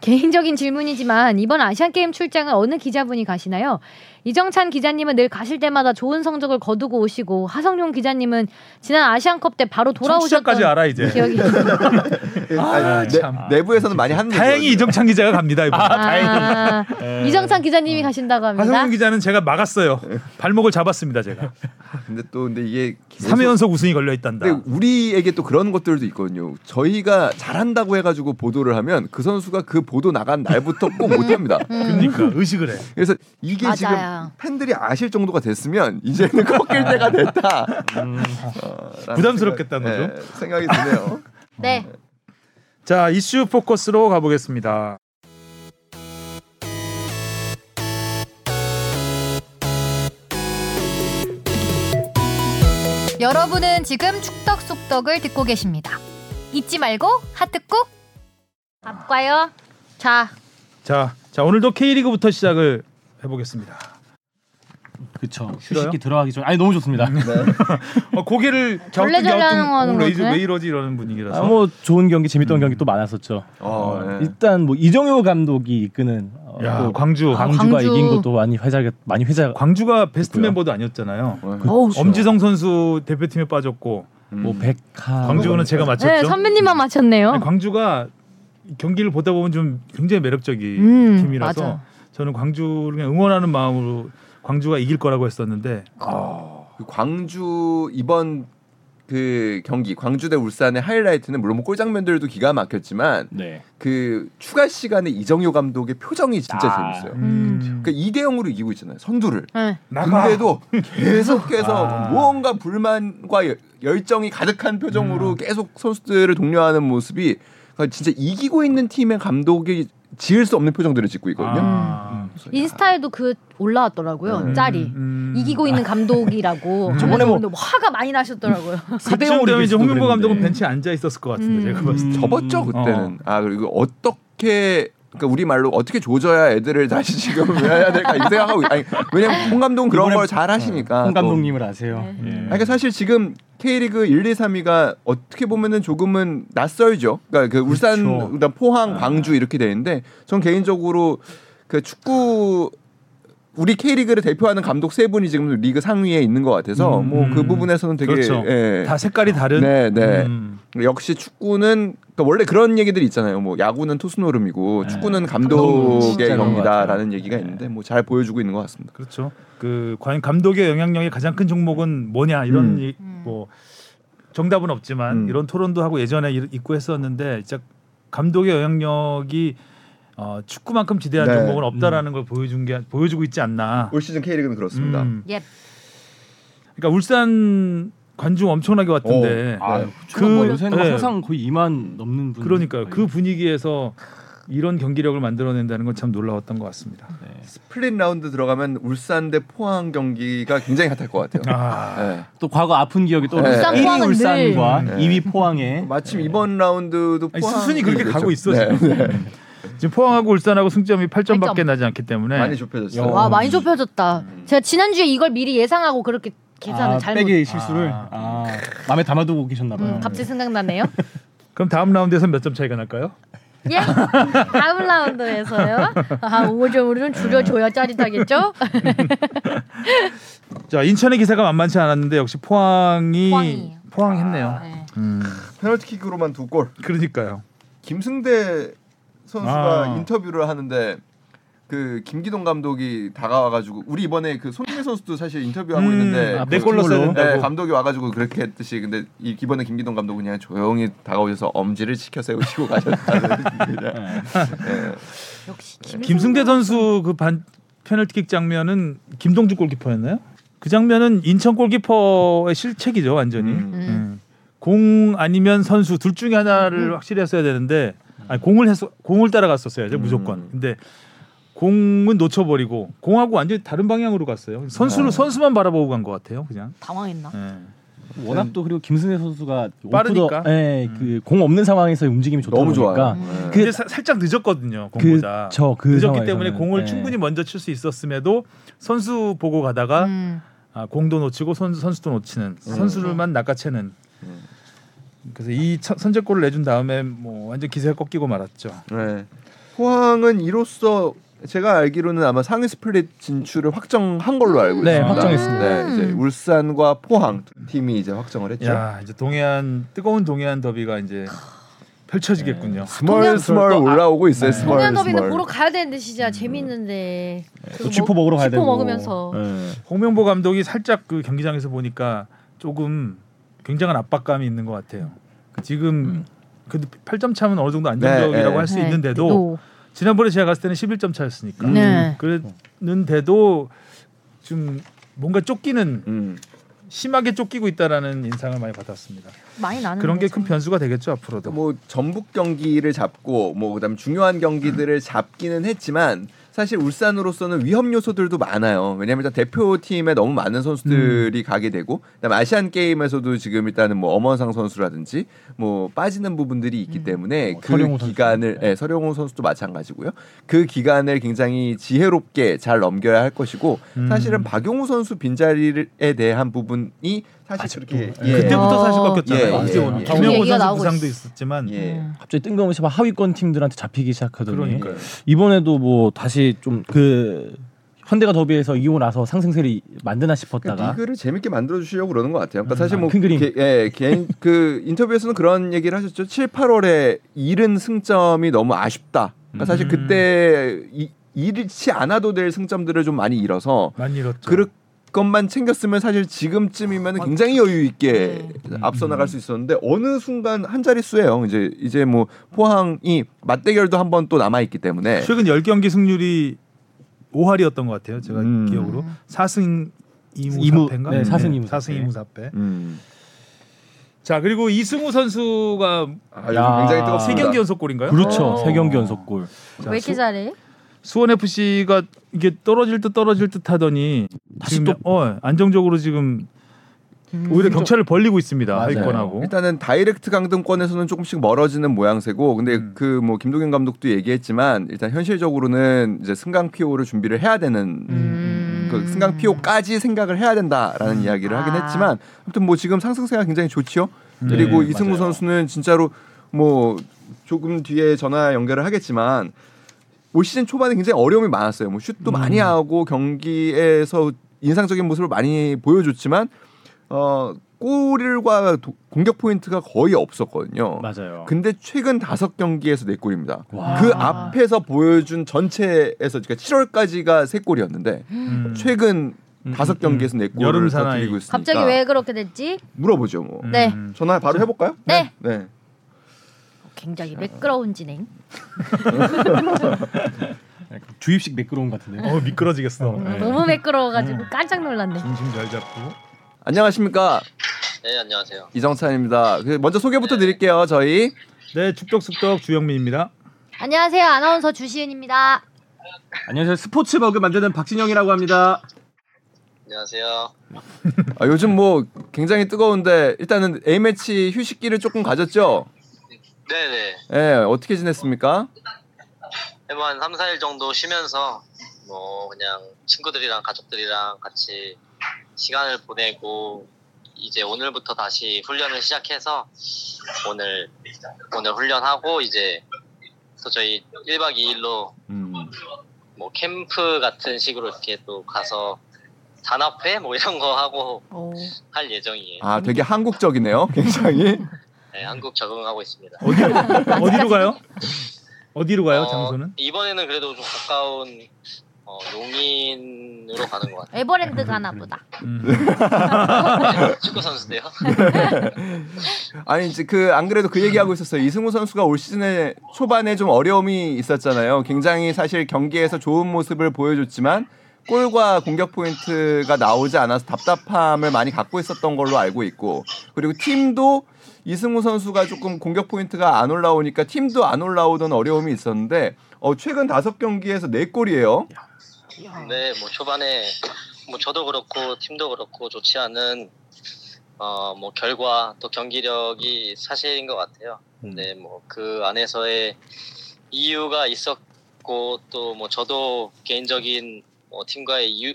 개인적인 질문이지만 이번 아시안 게임 출장은 어느 기자분이 가시나요? 이정찬 기자님은 늘 가실 때마다 좋은 성적을 거두고 오시고 하성룡 기자님은 지난 아시안컵 때 바로 청취자까지 돌아오셨던 네. 알아 이제. 기억이 아, 네, 참. 내부에서는 많이 하는 다행히 얘기거든요. 이정찬 기자가 갑니다 이번. 아, 다행이다. 아, 에. 이정찬 기자님이 가신다고 합니다. 하성훈 기자는 제가 막았어요. 발목을 잡았습니다 제가. 근데 또 근데 이게 계속- 3회 연속 우승이 걸려 있단다. 근데 우리에게 또 그런 것들도 있거든요. 저희가 잘한다고 해가지고 보도를 하면 그 선수가 그 보도 나간 날부터 꼭 못합니다. 그러니까 의식을 해. 그래서 이게 음. 맞아요. 지금 팬들이 아실 정도가 됐으면 이제는 꺾일 때가 됐다. 어, 라는 음. 부담스럽겠다는 생각- 거죠? 예, 생각이 드네요. 네. 자 이슈 포커스로 가보겠습니다. 여러분은 지금 축덕 속덕을 듣고 계십니다. 잊지 말고 하트 꾹. 밥 과요. 자, 자, 자 오늘도 K리그부터 시작을 해보겠습니다. 그쵸. 싫어요? 휴식기 들어가기 전. 아니 너무 좋습니다. 어, 고개를 절레절레 하는 거는 왜, 이러- 거지? 왜 이러지 이러는 분위기라서. 아, 뭐 좋은 경기, 재밌던 경기 또 많았었죠. 어, 어, 예. 일단 뭐 이정효 감독이 이끄는 어, 야 또 광주 광주가 아, 광주. 이긴 것도 많이 회자가 많이 회자. 광주가 베스트 그렇고요. 멤버도 아니었잖아요. 그- 엄지성 선수 대표팀에 빠졌고 뭐 백하. 광주는 제가 맞췄죠. 네, 선배님만 맞췄네요. 아니, 광주가 경기를 보다 보면 좀 굉장히 매력적인 음, 팀이라서 맞아. 저는 광주를 그냥 응원하는 마음으로 광주가 이길 거라고 했었는데 그 광주 이번 그 경기 광주 대 울산의 하이라이트는 물론 뭐골 장면들도 기가 막혔지만 네. 그 추가 시간에 이정효 감독의 표정이 진짜 아. 재밌어요. 음. 그러니까 2대 0으로 이기고 있잖아요. 선두를. 그- 네. 나가. 근데도 계속해서 아. 무언가 불만과 열- 열정이 가득한 표정으로 계속 선수들을 독려하는 모습이 그러니까 진짜 이기고 있는 팀의 감독이 지을 수 없는 표정들을 짓고 있거든요. 아. 인스타에도 그 올라왔더라고요. 음. 짤이. 음. 이기고 있는 감독이라고. 아. 저번에 뭐- 근데 화가 많이 나셨더라고요. 그쯤 되면 이제 홍명보 감독은 그랬는데. 벤치에 앉아 있었을 것 같은데 음. 제가 봤을 때. 접었죠 그때는. 어. 아 그리고 어떻게 그러니까 우리 말로 어떻게 조져야 애들을 다시 지금 해야 될까 이 생각하고 있- 아니 왜냐면 홍 감독은 그런 이번에- 걸 잘 하시니까. 어, 홍 또. 감독님을 아세요. 네. 예. 그러니까 사실 지금 K리그 1, 2, 3위가 어떻게 보면은 조금은 낯설죠. 그러니까 그 울산, 그렇죠. 그다음 포항, 광주 이렇게 되는데 전 개인적으로 그 축구 우리 K리그를 대표하는 감독 세 분이 지금 리그 상위에 있는 것 같아서 음. 뭐 그 부분에서는 되게 그렇죠. 예. 다 색깔이 다른. 네, 네. 음. 역시 축구는 그러니까 원래 그런 얘기들이 있잖아요. 뭐 야구는 투수 노름이고 축구는 감독은 진짜 감독의 그런 경기다라는 얘기가 있는데 뭐 잘 보여주고 있는 것 같습니다. 그렇죠. 그 과연 감독의 영향력이 가장 큰 종목은 뭐냐 이런 음. 이- 뭐 정답은 없지만 음. 이런 토론도 하고 예전에 이- 있고 했었는데 진짜 감독의 영향력이 어, 축구만큼 지대한 네. 종목은 없다라는 걸 보여준 게 보여주고 있지 않나. 예. 올 시즌 K리그는 그렇습니다. 음. 예. 그러니까 울산 관중 엄청나게 왔던데. 어. 아, 그- 그 뭐, 요새는 네. 항상 거의 2만 넘는 음. 분. 그러니까 요그 분위기에서 이런 경기력을 만들어낸다는 건 참 놀라웠던 것 같습니다. 네. 스플릿 라운드 들어가면 울산 대 포항 경기가 굉장히 핫할 것 같아요. 아, 네. 또 과거 아픈 기억이 또 네. 울산, 1위 포항은 음. 울산과 늘. 2위 포항에 마침 이번 라운드도 아니, 포항 수순이 그렇게 가고 있어, 네. 지금 포항하고 울산하고 승점이 8점밖에 나지 않기 때문에 많이 좁혀졌어요. 아, 와 많이 좁혀졌다. 제가 지난주에 이걸 미리 예상하고 그렇게 계산을 음. 아, 잘못. 빼기 실수를 아, 마음에 담아두고 계셨나 봐요. 음, 갑자기 생각나네요. 그럼 다음 라운드에서 몇 점 차이가 날까요? 예. 다음 라운드에서요. 아, 오점 우리는 줄여줘야 짜릿하겠죠? 자 인천의 기세가 만만치 않았는데 역시 포항이 포항이에요. 포항했네요. 네. 음, 페널티킥으로만 두 골. 그러니까요. 김승대 선수가 아. 인터뷰를 하는데 그 김기동 감독이 다가와가지고 우리 이번에 그 손흥민 선수도 사실 인터뷰하고 음, 있는데 아, 그 내 골로 골로 써야 네, 네, 된다고. 감독이 와가지고 그렇게 했듯이 근데 이 이번에 김기동 감독은 그냥 조용히 다가오셔서 엄지를 치켜 세우시고 가셨다는 역시 김승대 선수 그 반, 페널티킥 장면은 김동주 골키퍼였나요? 그 장면은 인천 골키퍼의 실책이죠 완전히. 음. 음. 공 아니면 선수 둘 중에 하나를 확실히 했어야 되는데 아니, 공을 했어 공을 따라갔었어야죠 무조건. 음. 근데 공은 놓쳐버리고 공하고 완전히 다른 방향으로 갔어요. 선수를 선수만 바라보고 간 것 같아요 그냥. 당황했나? 예. 음. 워낙 또 그리고 김승혜 선수가 빠르니까. 네, 그공 없는 상황에서의 움직임이 좋다 음. 너무 보니까 좋아요. 네. 그- 이제 사- 살짝 늦었거든요 공보다. 그쵸, 그 늦었기 상황에서는. 때문에 공을 네. 충분히 먼저 칠 수 있었음에도 선수 보고 가다가 음. 아, 공도 놓치고 선, 선수도 음. 놓치는 선수들만 낚아채는 그래서 이 첫- 선제골을 내준 다음에 뭐 완전 기세가 꺾이고 말았죠. 네. 포항은 이로써 제가 알기로는 아마 상위 스플릿 진출을 확정한 걸로 알고 네, 있습니다. 확정했습니다. 음. 네, 이제 울산과 포항 두 팀이 이제 확정을 그렇죠. 했죠. 야 이제 동해안 뜨거운 동해안 더비가 이제 펼쳐지겠군요. 네. 스멀 스멀 올라오고 있어요. 스멀 동양 아, 네. 더비는 스멀. 보러 가야 되는데 진짜 재밌는데. 음. 또 지포 먹으러 가야 되고. 지포 뭐 먹으면서. 네. 홍명보 감독이 살짝 그 경기장에서 보니까 조금 굉장한 압박감이 있는 것 같아요. 지금 음. 그래도 8점 차면 어느 정도 안정적이라고 네, 네. 할 수 네. 있는데도 지난번에 제가 갔을 때는 11점 차였으니까 네. 그랬는데도 좀 뭔가 쫓기는 음. 심하게 쫓기고 있다라는 인상을 많이 받았습니다. 많이 나는. 그런 게 큰 변수가 되겠죠 앞으로도. 뭐 전북 경기를 잡고 뭐 그다음 중요한 경기들을 잡기는 했지만 사실 울산으로서는 위험 요소들도 많아요. 왜냐하면 일단 대표팀에 너무 많은 선수들이 가게 되고 그다음 아시안 게임에서도 지금 일단은 뭐 엄원상 선수라든지 뭐 빠지는 부분들이 있기 때문에 어, 그 서령호 선수. 기간을 예, 서령호 선수도 마찬가지고요. 그 기간을 굉장히 지혜롭게 잘 넘겨야 할 것이고 사실은 박용우 선수 빈자리에 대한 부분이 사실 그렇게 예. 그때부터 사실 예, 꺾였잖아요. 예, 이제 오늘 예. 김영호 얘기가 선수 나오고 부상도 있- 있었지만 예. 음. 갑자기 뜬금없이 막 하위권 팀들한테 잡히기 시작하더니 그러니까요. 이번에도 뭐 다시 좀 그 현대가 더비에서 이기고 나서 상승세를 만드나 그러니까 싶었다가 리그를 재밌게 만들어 주시려고 그러는 것 같아요. 그러니까 사실 아, 뭐 큰 그림. 개- 예, 개인 그 인터뷰에서는 그런 얘기를 하셨죠. 7, 8월에 잃은 승점이 너무 아쉽다. 그러니까 사실 음. 그때 이, 잃지 않아도 될 승점들을 좀 많이 잃어서 많이 잃었죠. 그럴 것만 챙겼으면 사실 지금쯤이면 굉장히 여유 있게 앞서 나갈 수 있었는데 어느 순간 한 자릿수예요. 이제 이제 뭐 포항이 맞대결도 한 번 또 남아 있기 때문에 최근 10경기 승률이 5할이었던 것 같아요. 제가 음. 기억으로 4승 2무 이무- 4패인가? 네, 사승 이무 4승 2무 4패. 음. 자, 그리고 이승우 선수가 아, 요즘 야. 굉장히 뜨겁습니다. 세 경기 연속 골인가요? 그렇죠 어. 세 경기 연속골 자, 왜 이렇게 수- 잘해? 수원 FC가 이게 떨어질 듯 떨어질 듯 하더니 다시 지금 어, 안정적으로 지금 오히려 격차를 벌리고 있습니다. 맞아요. 하위권하고. 일단은 다이렉트 강등권에서는 조금씩 멀어지는 모양새고 근데 그 뭐 김동현 감독도 얘기했지만 일단 현실적으로는 이제 승강 피오를 준비를 해야 되는 음. 그 승강 피오까지 생각을 해야 된다라는 이야기를 하긴 아. 했지만 아무튼 뭐 지금 상승세가 굉장히 좋지요. 그리고 네, 이승우 맞아요. 선수는 진짜로 뭐 조금 뒤에 전화 연결을 하겠지만 올 시즌 초반에 굉장히 어려움이 많았어요. 뭐 슛도 많이 하고 경기에서 인상적인 모습을 많이 보여줬지만 어 골과 도- 공격 포인트가 거의 없었거든요. 맞아요. 근데 최근 다섯 경기에서 네 골입니다. 와. 그 앞에서 보여준 전체에서 그러니까 7월까지가 세 골이었는데 음. 최근 음, 다섯 음, 경기에서 네 골을 여름 사나이. 터뜨리고 있으니까 갑자기 왜 그렇게 됐지? 물어보죠 뭐. 음. 네. 전화 바로 해볼까요? 네. 네. 굉장히 매끄러운 진행. 주입식 매끄러움 같은데. 어 네. 미끄러지겠어. 너무 매끄러워가지고 깜짝 놀랐네. 중심 잘 잡고. 안녕하십니까? 네 안녕하세요. 이정찬입니다. 그 먼저 소개부터 드릴게요. 저희 네, 축덕 숙덕 주영민입니다. 안녕하세요. 아나운서 주시은입니다. 안녕하세요. 스포츠 버그 만드는 박진영이라고 합니다. 안녕하세요. 아, 요즘 뭐 굉장히 뜨거운데 일단은 A 매치 휴식기를 조금 가졌죠. 네네. 예, 어떻게 지냈습니까? 해만 3, 4일 정도 쉬면서 뭐 그냥 친구들이랑 가족들이랑 같이 시간을 보내고 이제 오늘부터 다시 훈련을 시작해서 오늘 오늘 훈련하고 이제 또 저희 1박 2일로 음. 뭐 캠프 같은 식으로 이렇게 또 가서 단합회 뭐 이런 거 하고 할 예정이에요. 아, 되게 한국적이네요. 굉장히. 네, 한국 적응하고 있습니다. 어디로, 어디로 가요? 어디로 가요? 어, 장소는? 이번에는 그래도 좀 가까운 어, 용인으로 가는 것 에버랜드 가나 보다. 음. 같아요. 축구 선수인데요. 아니 이제 그 안 그래도 그 얘기하고 있었어요. 이승우 선수가 올 시즌에 초반에 좀 어려움이 있었잖아요. 굉장히 사실 경기에서 좋은 모습을 보여줬지만 골과 공격 포인트가 나오지 않아서 답답함을 많이 갖고 있었던 걸로 알고 있고 그리고 팀도 이승우 선수가 조금 공격 포인트가 안 올라오니까 팀도 안 올라오던 어려움이 있었는데 어, 최근 다섯 경기에서 네 골이에요. 네, 뭐 초반에 뭐 저도 그렇고 팀도 그렇고 좋지 않은 어 뭐 결과 또 경기력이 사실인 것 같아요. 근데 뭐 그 안에서의 이유가 있었고 또 뭐 저도 개인적인 뭐 팀과의 이유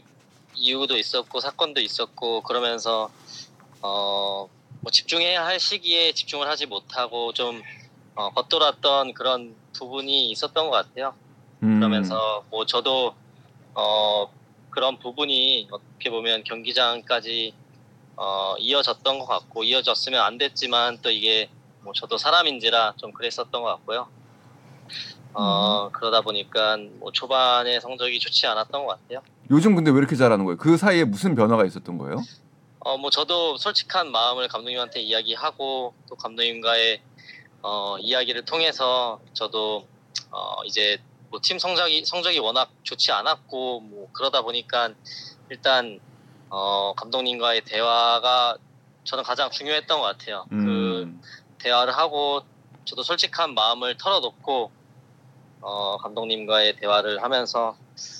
이유도 있었고 사건도 있었고 그러면서 어뭐 집중해야 할 시기에 집중을 하지 못하고 좀 어, 겉돌았던 그런 부분이 있었던 것 같아요. 음. 그러면서 뭐 저도 어 그런 부분이 어떻게 보면 경기장까지 어 이어졌던 것 같고 이어졌으면 안 됐지만 또 이게 뭐 저도 사람인지라 좀 그랬었던 것 같고요. 어 그러다 보니까 뭐 초반에 성적이 좋지 않았던 것 같아요. 요즘 근데 왜 이렇게 잘하는 거예요? 그 사이에 무슨 변화가 있었던 거예요? 어 뭐 저도 솔직한 마음을 감독님한테 이야기하고 또 감독님과의 어 이야기를 통해서 저도 어 이제 뭐 팀 성적이 성적이 워낙 좋지 않았고 뭐 그러다 보니까 일단 어 감독님과의 대화가 저는 가장 중요했던 것 같아요. 그 음. 대화를 하고 저도 솔직한 마음을 털어놓고 어 감독님과의 대화를 하면서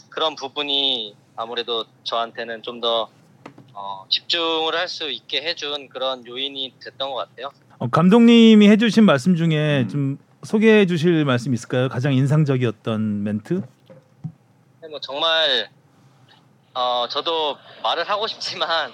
그런 부분이 아무래도 저한테는 좀 더 어, 집중을 할 수 있게 해준 그런 요인이 됐던 것 같아요. 어, 감독님이 해주신 말씀 중에 음. 좀 소개해 주실 말씀 있을까요? 가장 인상적이었던 멘트? 근데 뭐 정말 어, 저도 말을 하고 싶지만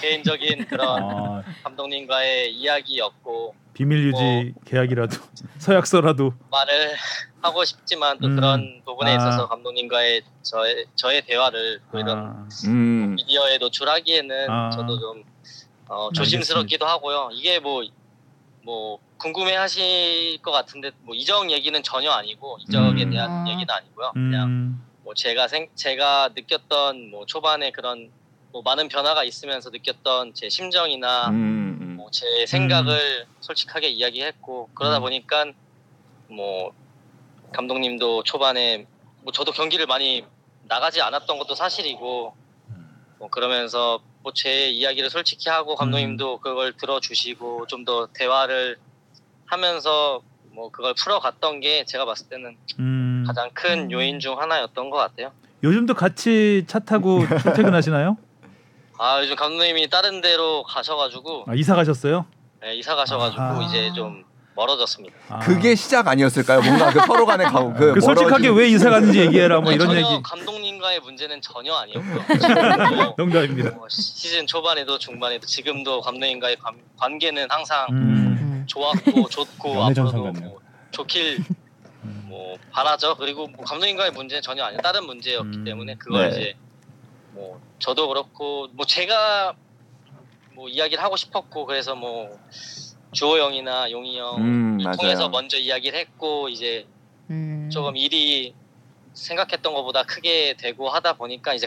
개인적인 그런 아, 감독님과의 이야기였고 비밀 유지 계약이라도 서약서라도 말을 하고 싶지만 또 음. 그런 부분에 아. 있어서 감독님과의 저의 저의 대화를 또 이런 아, 음. 미디어에 노출하기에는 아. 저도 좀 어, 알겠습니다. 조심스럽기도 하고요. 이게 뭐 뭐 궁금해하실 것 같은데 뭐 이적 얘기는 전혀 아니고 이적에 음. 대한 아. 얘기는 아니고요. 그냥 음, 뭐 제가 생 제가 느꼈던 뭐 초반에 그런 뭐 많은 변화가 있으면서 느꼈던 제 심정이나 음. 음. 뭐 제 생각을 음. 솔직하게 이야기했고 그러다 보니까 뭐 감독님도 초반에 뭐 저도 경기를 많이 나가지 않았던 것도 사실이고 음. 뭐 그러면서 뭐 제 이야기를 솔직히 하고 감독님도 그걸 들어주시고 좀 더 대화를 하면서 뭐 그걸 풀어갔던 게 제가 봤을 때는 음. 가장 큰 요인 중 하나였던 것 같아요. 요즘도 같이 차 타고 출퇴근하시나요? 아 요즘 감독님이 다른 데로 가셔가지고 아, 이사 가셨어요? 예, 이사 가셔가지고 아. 이제 좀 멀어졌습니다. 아. 그게 시작 아니었을까요? 뭔가 그 서로 간의 가, 그, 그 솔직하게 멀어지는- 왜 이사 갔는지 얘기해라 뭐 아니, 이런 전혀 얘기 감독님과의 문제는 전혀 아니었고요. 지금도 농담입니다. 뭐 시- 시즌 초반에도 중반에도 지금도 감독님과의 관, 관계는 항상 음. 좋았고 좋고 연애 정상 앞으로도 같네요. 뭐 좋길 뭐 바라죠. 그리고 뭐 감독님과의 문제는 전혀 아니에요. 다른 문제였기 음. 때문에 그걸 네. 이제 뭐 저도 그렇고 뭐 제가 뭐 이야기를 하고 싶었고 그래서 뭐 주호 형이나 용희 형 음, 맞아요. 통해서 먼저 이야기를 했고 이제 조금 일이 생각했던 것보다 크게 되고 하다 보니까 이제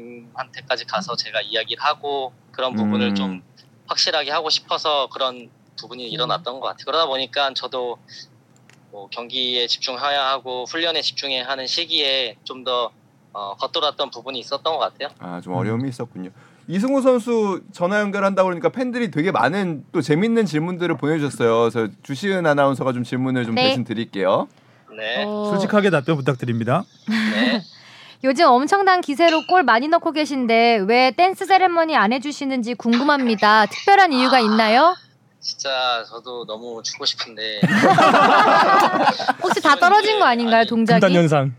감독님한테까지 가서 제가 이야기를 하고 그런 부분을 음. 좀 확실하게 하고 싶어서 그런 부분이 일어났던 것 같아요. 그러다 보니까 저도 뭐 경기에 집중해야 하고 훈련에 집중해야 하는 시기에 좀 더 겉돌았던 어, 부분이 있었던 것 같아요. 아, 좀 어려움이 있었군요. 이승우 선수 전화 연결한다고 그러니까 팬들이 되게 많은 또 재밌는 질문들을 보내주셨어요. 그래서 주시은 아나운서가 좀 질문을 좀 네. 대신 드릴게요. 네. 어, 솔직하게 답변 부탁드립니다. 네. 요즘 엄청난 기세로 골 많이 넣고 계신데 왜 댄스 세레머니 안 해주시는지 궁금합니다. 특별한 이유가 있나요? 진짜 저도 너무 주고 싶은데 혹시 다 떨어진 거 아닌가요, 아니, 금단 동작이? 현상.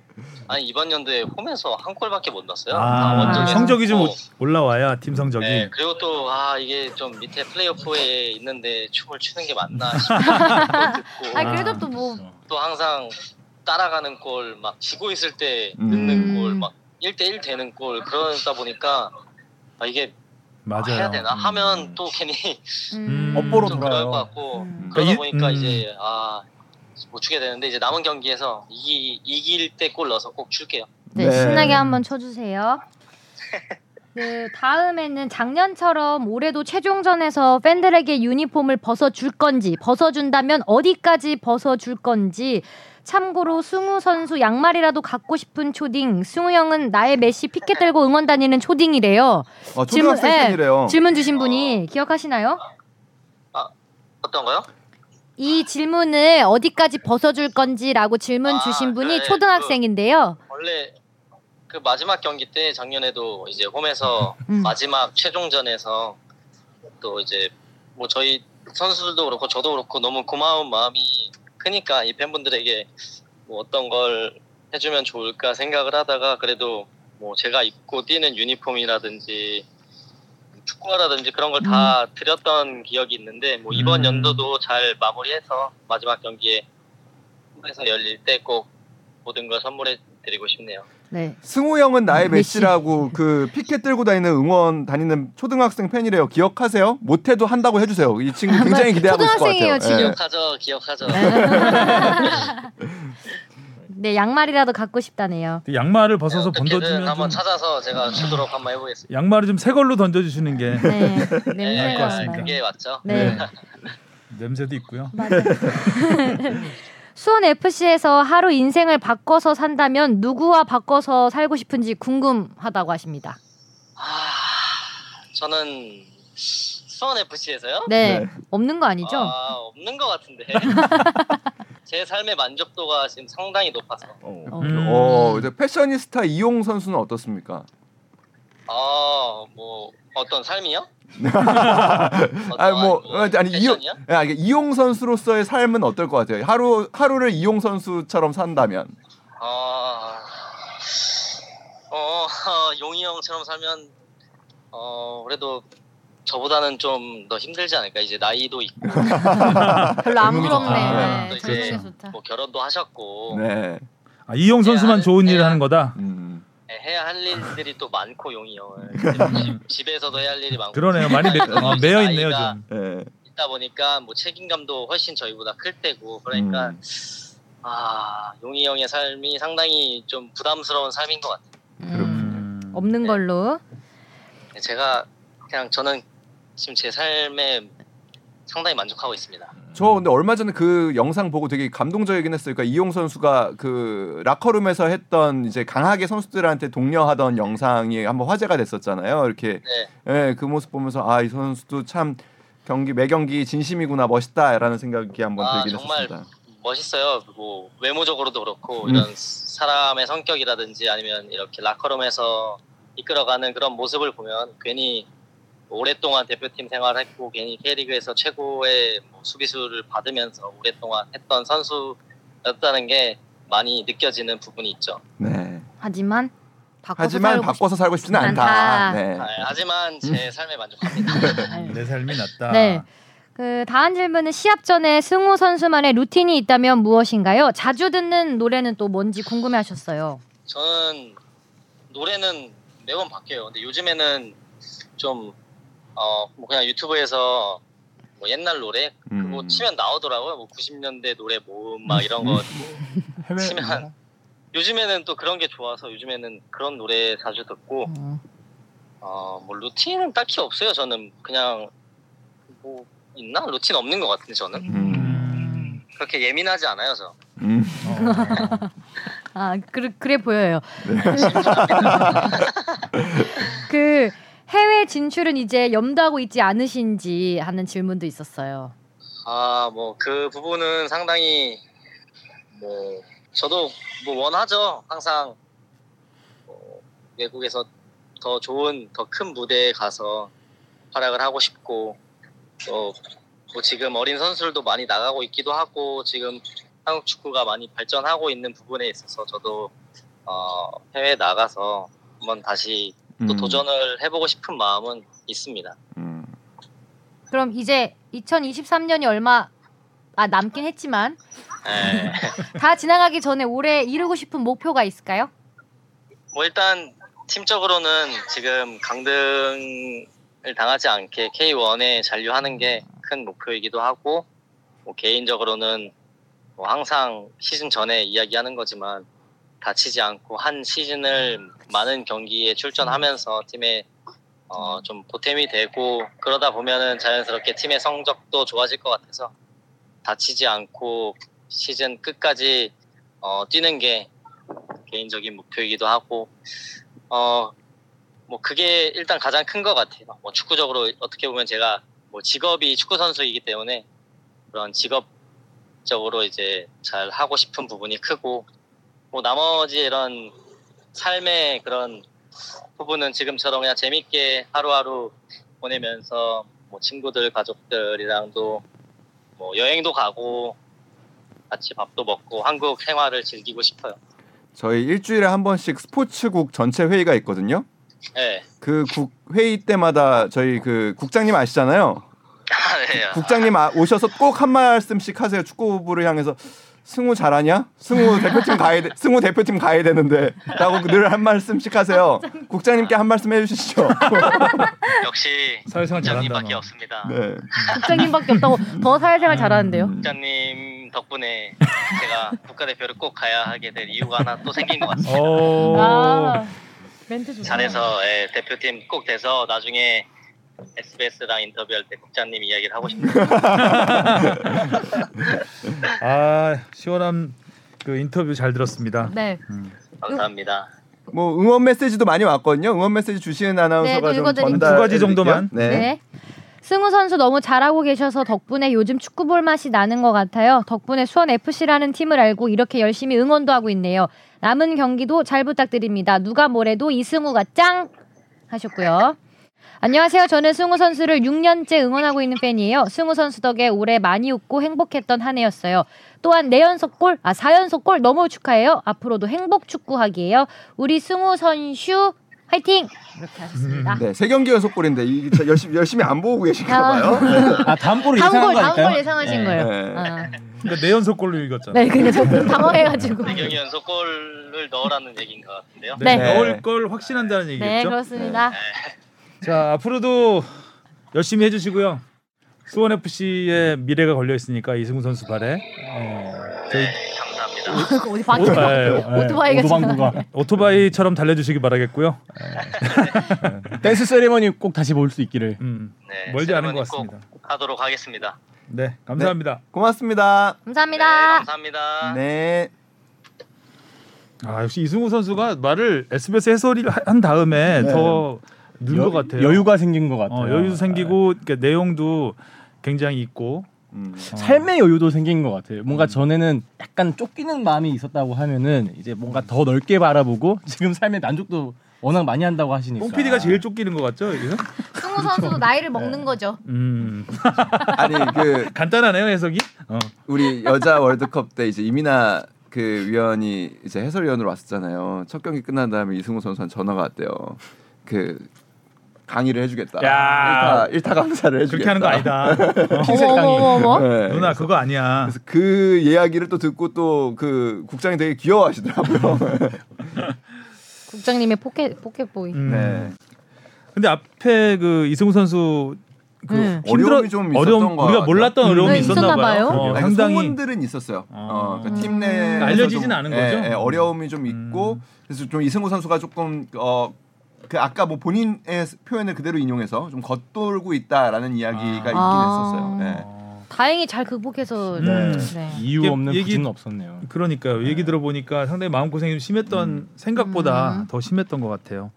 아니 이번 연도에 홈에서 한 골밖에 못 넣었어요. 다 아, 원정에서 성적이 좀 넣고. 올라와야 팀 성적이. 네, 그리고 또 아 이게 좀 밑에 플레이오프에 있는데 춤을 추는 게 맞나 싶고 아 듣고 그래도 또 뭐 또 항상 따라가는 골 막 지고 있을 때 음. 넣는 골막 1대1 되는 골 그러다 보니까 아 이게 맞아요. 해야 되나 음. 하면 또 괜히 음, 업보로 좀 돌아요. 그럴 것 같고 음. 그러다 이- 보니까 음. 이제 아 못추게 되는데 이제 남은 경기에서 이기, 이길 때 골 넣어서 꼭 줄게요. 네, 네. 신나게 한번 쳐주세요. 그 다음에는 작년처럼 올해도 최종전에서 팬들에게 유니폼을 벗어줄 건지 벗어준다면 어디까지 벗어줄 건지 참고로 승우 선수 양말이라도 갖고 싶은 초딩 승우 형은 나의 메시 피켓 들고 응원 다니는 초딩이래요 아, 초등학생 질문, 예. 어. 팬이래요. 질문 주신 분이 기억하시나요? 어떤 거요? 이 질문을 어디까지 벗어줄 건지라고 질문 아, 주신 분이 네, 초등학생인데요 원래 그 마지막 경기 때 작년에도 이제 홈에서 음. 마지막 최종전에서 또 이제 뭐 저희 선수들도 그렇고 저도 그렇고 너무 고마운 마음이 크니까 이 팬분들에게 뭐 어떤 걸 해주면 좋을까 생각을 하다가 그래도 뭐 제가 입고 뛰는 유니폼이라든지 축구화라든지 그런 걸 다 드렸던 기억이 있는데 뭐 이번 음. 연도도 잘 마무리해서 마지막 경기에 홈에서 열릴 때 꼭 모든 걸 선물해 드리고 싶네요. 네. 승우 형은 나의 메시. 메시라고 그 피켓 들고 다니는 응원 다니는 초등학생 팬이래요. 기억하세요? 못해도 한다고 해주세요. 이 친구 굉장히 기대하고 있을 것 아, 초등학생이에요, 같아요. 지금. 예. 기억하죠, 기억하죠. 네 양말이라도 갖고 싶다네요 근데 양말을 벗어서 어떻게든 번져주면 한번 좀 찾아서 제가 주도록 한번 해보겠습니다. 양말을 좀 새 걸로 던져주시는 게 네 것 냄새가 나요. 같습니다. 그게 맞죠? 네. 냄새도 있고요. 맞아요. 수원 FC에서 하루 인생을 바꿔서 산다면 누구와 바꿔서 살고 싶은지 궁금하다고 하십니다. 아, 저는 수원 FC에서요. 네, 없는 거 아니죠? 아, 없는 것 같은데. 제 삶의 만족도가 지금 상당히 높아서. 어. 음. 어, 이제 패셔니스타 이용 선수는 어떻습니까? 아, 뭐 어떤 삶이요? 어떤 아니 뭐 아니, 아니 이용 패션이요? 아, 이게 이용 선수로서의 삶은 어떨 것 같아요? 하루 하루를 이용 선수처럼 산다면 아, 어, 용이 형처럼 살면 어 그래도 저보다는 좀 더 힘들지 않을까 이제 나이도 있고 별로 안 젊음이 좋다. 부럽네. 네, 네, 그렇죠. 젊음이 좋다. 뭐 결혼도 하셨고 네. 아, 이용 선수만 네, 좋은 네. 일을 하는 거다. 음. 네, 해야 할 일들이 또 많고 용이 형은 집- 집에서도 해야 할 일이 많고 그러네요. 많이 매, 어, 매여 있네요 나이가 좀. 예. 있다 보니까 뭐 책임감도 훨씬 저희보다 클 때고 그러니까 음. 아 용이 형의 삶이 상당히 좀 부담스러운 삶인 것 같아요. 음, 음. 없는 걸로. 제가 그냥 저는 지금 제 삶에 상당히 만족하고 있습니다. 저 근데 얼마 전에 그 영상 보고 되게 감동적이긴 했어요. 그러니까 이용 선수가 그 라커룸에서 했던 이제 강하게 선수들한테 독려하던 영상이 한번 화제가 됐었잖아요. 이렇게 네, 예, 그 모습 보면서 아 이 선수도 참 경기 매 경기 진심이구나 멋있다라는 생각이 한번 아, 들긴 정말. 했습니다. 멋있어요. 뭐 외모적으로도 그렇고 음. 이런 사람의 성격이라든지 아니면 이렇게 라커룸에서 이끌어가는 그런 모습을 보면 괜히 오랫동안 대표팀 생활했고 괜히 K리그에서 최고의 뭐 수비수를 받으면서 오랫동안 했던 선수였다는 게 많이 느껴지는 부분이 있죠. 네. 하지만 바꿔서 하지만 살고 바꿔서 살고 싶지는 싶지는 않다. 않다. 네. 음. 아, 하지만 제 삶에 만족합니다. 싶- 내 삶이 낫다. 네. 그 다음 질문은 시합 전에 승우 선수만의 루틴이 있다면 무엇인가요? 자주 듣는 노래는 또 뭔지 궁금해하셨어요. 저는 노래는 매번 바뀌어요. 근데 요즘에는 좀 어, 뭐 그냥 유튜브에서 뭐 옛날 노래 음. 그거 치면 나오더라고요. 뭐 90년대 노래 모음 막 이런 거 네. 해외 치면 요즘에는 또 그런 게 좋아서 요즘에는 그런 노래 자주 듣고 어뭐 루틴은 딱히 없어요. 저는 그냥 뭐 있나 루틴 없는 것 같은데 저는 음. 그렇게 예민하지 않아요. 저 음. 어. 아, 그, 그래 보여요. 그 해외 진출은 이제 염두하고 있지 않으신지 하는 질문도 있었어요. 아, 뭐 그 부분은 상당히 뭐 저도 뭐 원하죠. 항상 어, 외국에서 더 좋은 더 큰 무대에 가서 활약을 하고 싶고 또 뭐 지금 어린 선수들도 많이 나가고 있기도 하고 지금 한국 축구가 많이 발전하고 있는 부분에 있어서 저도 어, 해외 나가서 한번 다시 또 음, 도전을 해보고 싶은 마음은 있습니다. 음. 그럼 이제 2023년이 얼마 아 남긴 했지만 네. 다 지나가기 전에 올해 이루고 싶은 목표가 있을까요? 뭐 일단 팀적으로는 지금 강등을 당하지 않게 K1에 잔류하는 게 큰 목표이기도 하고 뭐 개인적으로는 뭐 항상 시즌 전에 이야기하는 거지만 다치지 않고 한 시즌을 많은 경기에 출전하면서 팀에 어, 좀 보탬이 되고 그러다 보면은 자연스럽게 팀의 성적도 좋아질 것 같아서 다치지 않고 시즌 끝까지 어, 뛰는 게 개인적인 목표이기도 하고 어, 뭐 그게 일단 가장 큰 것 같아요. 뭐 축구적으로 어떻게 보면 제가 뭐 직업이 축구 선수이기 때문에 그런 직업적으로 이제 잘 하고 싶은 부분이 크고 뭐 나머지 이런 삶의 그런 부분은 지금처럼 그냥 재밌게 하루하루 보내면서 뭐 친구들 가족들이랑도 뭐 여행도 가고 같이 밥도 먹고 한국 생활을 즐기고 싶어요. 저희 일주일에 한 번씩 스포츠국 전체 회의가 있거든요. 네. 그 국 회의 때마다 저희 그 국장님 아시잖아요. 아, 네. 국장님 아- 오셔서 꼭 한 말씀씩 하세요. 축구부를 향해서 승우 잘하냐? 승우 대표팀 가야 돼. 승우 대표팀 가야 되는데라고 늘 한 말씀씩 하세요. 국장님께 한 말씀 해주시죠. 역시 사회생활 잘한다. 국장님밖에 너. 없습니다. 네. 국장님밖에 없다고 더 사회생활 잘하는데요. 국장님 덕분에 제가 국가대표를 꼭 가야 하게 될 이유가 하나 또 생긴 것 같습니다. 어. 아 멘트 좋다. 잘해서 예, 대표팀 꼭 돼서 나중에 SBS랑 인터뷰할 때 국장님 이야기를 하고 싶네요. 아 시원한 그 인터뷰 잘 들었습니다. 네. 감사합니다. 뭐 응원 메시지도 많이 왔거든요. 응원 메시지 주시은 아나운서가 네, 좀 읽어드릴게요. 전달. 두 가지 정도만. 네. 네. 승우 선수 너무 잘하고 계셔서 덕분에 요즘 축구 볼 맛이 나는 것 같아요. 덕분에 수원 FC라는 팀을 알고 이렇게 열심히 응원도 하고 있네요. 남은 경기도 잘 부탁드립니다. 누가 뭐래도 이승우가 짱 하셨고요. 안녕하세요. 저는 승우 선수를 6년째 응원하고 있는 팬이에요. 승우 선수 덕에 올해 많이 웃고 행복했던 한 해였어요. 또한 네연속 골, 아, 사연속골 너무 축하해요. 앞으로도 행복 축구하기예요. 우리 승우 선수 화이팅! 이렇게 하셨습니다. 네. 세 경기 연속 골인데 이 진짜 열심히 열심히 안 보고 계신가 봐요. 아 다음 골을 다음 예상한 골, 거 다음 아닐까요? 골 예상하신 예. 거예요. 네. 아. 그러니까 네 연속골로 읽었잖아요. 네, 그냥 조금 당황해가지고. 4경기 연속 골을 넣으라는 얘기인 것 같은데요. 네. 네, 넣을 걸 확신한다는 얘기겠죠. 네, 그렇습니다. 자 앞으로도 열심히 해주시고요. 수원 FC의 미래가 걸려 있으니까 이승우 선수 발에 어, 저희 감사합니다. 어디 밖에 오- 예, 예. 오토바이가 네, 오도방구가 오토바이처럼 달려주시기 바라겠고요. 댄스 세리머니 꼭 다시 볼 수 있기를. 음, 네, 멀지 않은 것 세레머니 같습니다. 꼭 하도록 하겠습니다. 네, 감사합니다. 고맙습니다. 네, 감사합니다. 감사합니다. 네. 아 역시 이승우 선수가 말을 SBS 해설을 하- 한 다음에 더 는 네. 여- 것 같아요. 여유가 생긴 것 같아요. 네. 어, 여유도 생기고 그러니까 내용도 굉장히 있고 음. 어. 삶의 여유도 생긴 것 같아요. 뭔가 음. 전에는 약간 쫓기는 마음이 있었다고 하면은 이제 뭔가 더 넓게 바라보고 지금 삶의 만족도 워낙 많이 한다고 하시니까. 뽕 PD가 제일 쫓기는 것 같죠? 여기서? 승우 선수도 나이를 먹는 거죠. 음 아니 그 간단하네요 해석이. 어. 우리 여자 월드컵 때 이제 이민아 그 위원이 이제 해설위원으로 왔었잖아요. 첫 경기 끝난 다음에 이승우 선수한테 전화가 왔대요. 그 강의를 해주겠다. 야. 일타, 일타 강사를 해주겠다. 그렇게 하는 거 아니다. 흰색 강이. 네. 누나 그거 아니야. 그래서 그 이야기를 또 듣고 또 그 국장이 되게 귀여워하시더라고요. 국장님의 포켓 포켓보이. 음. 네. 근데 앞에 그 이승우 선수 그 음. 힘들어 어려움이 좀 있었던 것 어려움 우리가 같아요. 몰랐던 어려움이 네, 음. 있었나 있었나 봐요. 봐요. 어, 아니, 상당히 소문들은 있었어요. 어. 어, 그러니까 팀 내. 알려지진 않은 거죠? 예, 음. 어려움이 좀 있고 그래서 좀 이승우 선수가 조금 어. 그 아까 뭐 본인의 스- 표현을 그대로 인용해서 좀 겉돌고 있다라는 이야기가 아. 있긴 했었어요. 예. 다행히 잘 극복해서. 네. 네. 이유 이게 없는 얘기- 부진은 없었네요. 그러니까 음. 그러니까요. 얘기 들어보니까 상당히 마음고생이 좀 심했던 생각보다 더 심했던 것 같아요.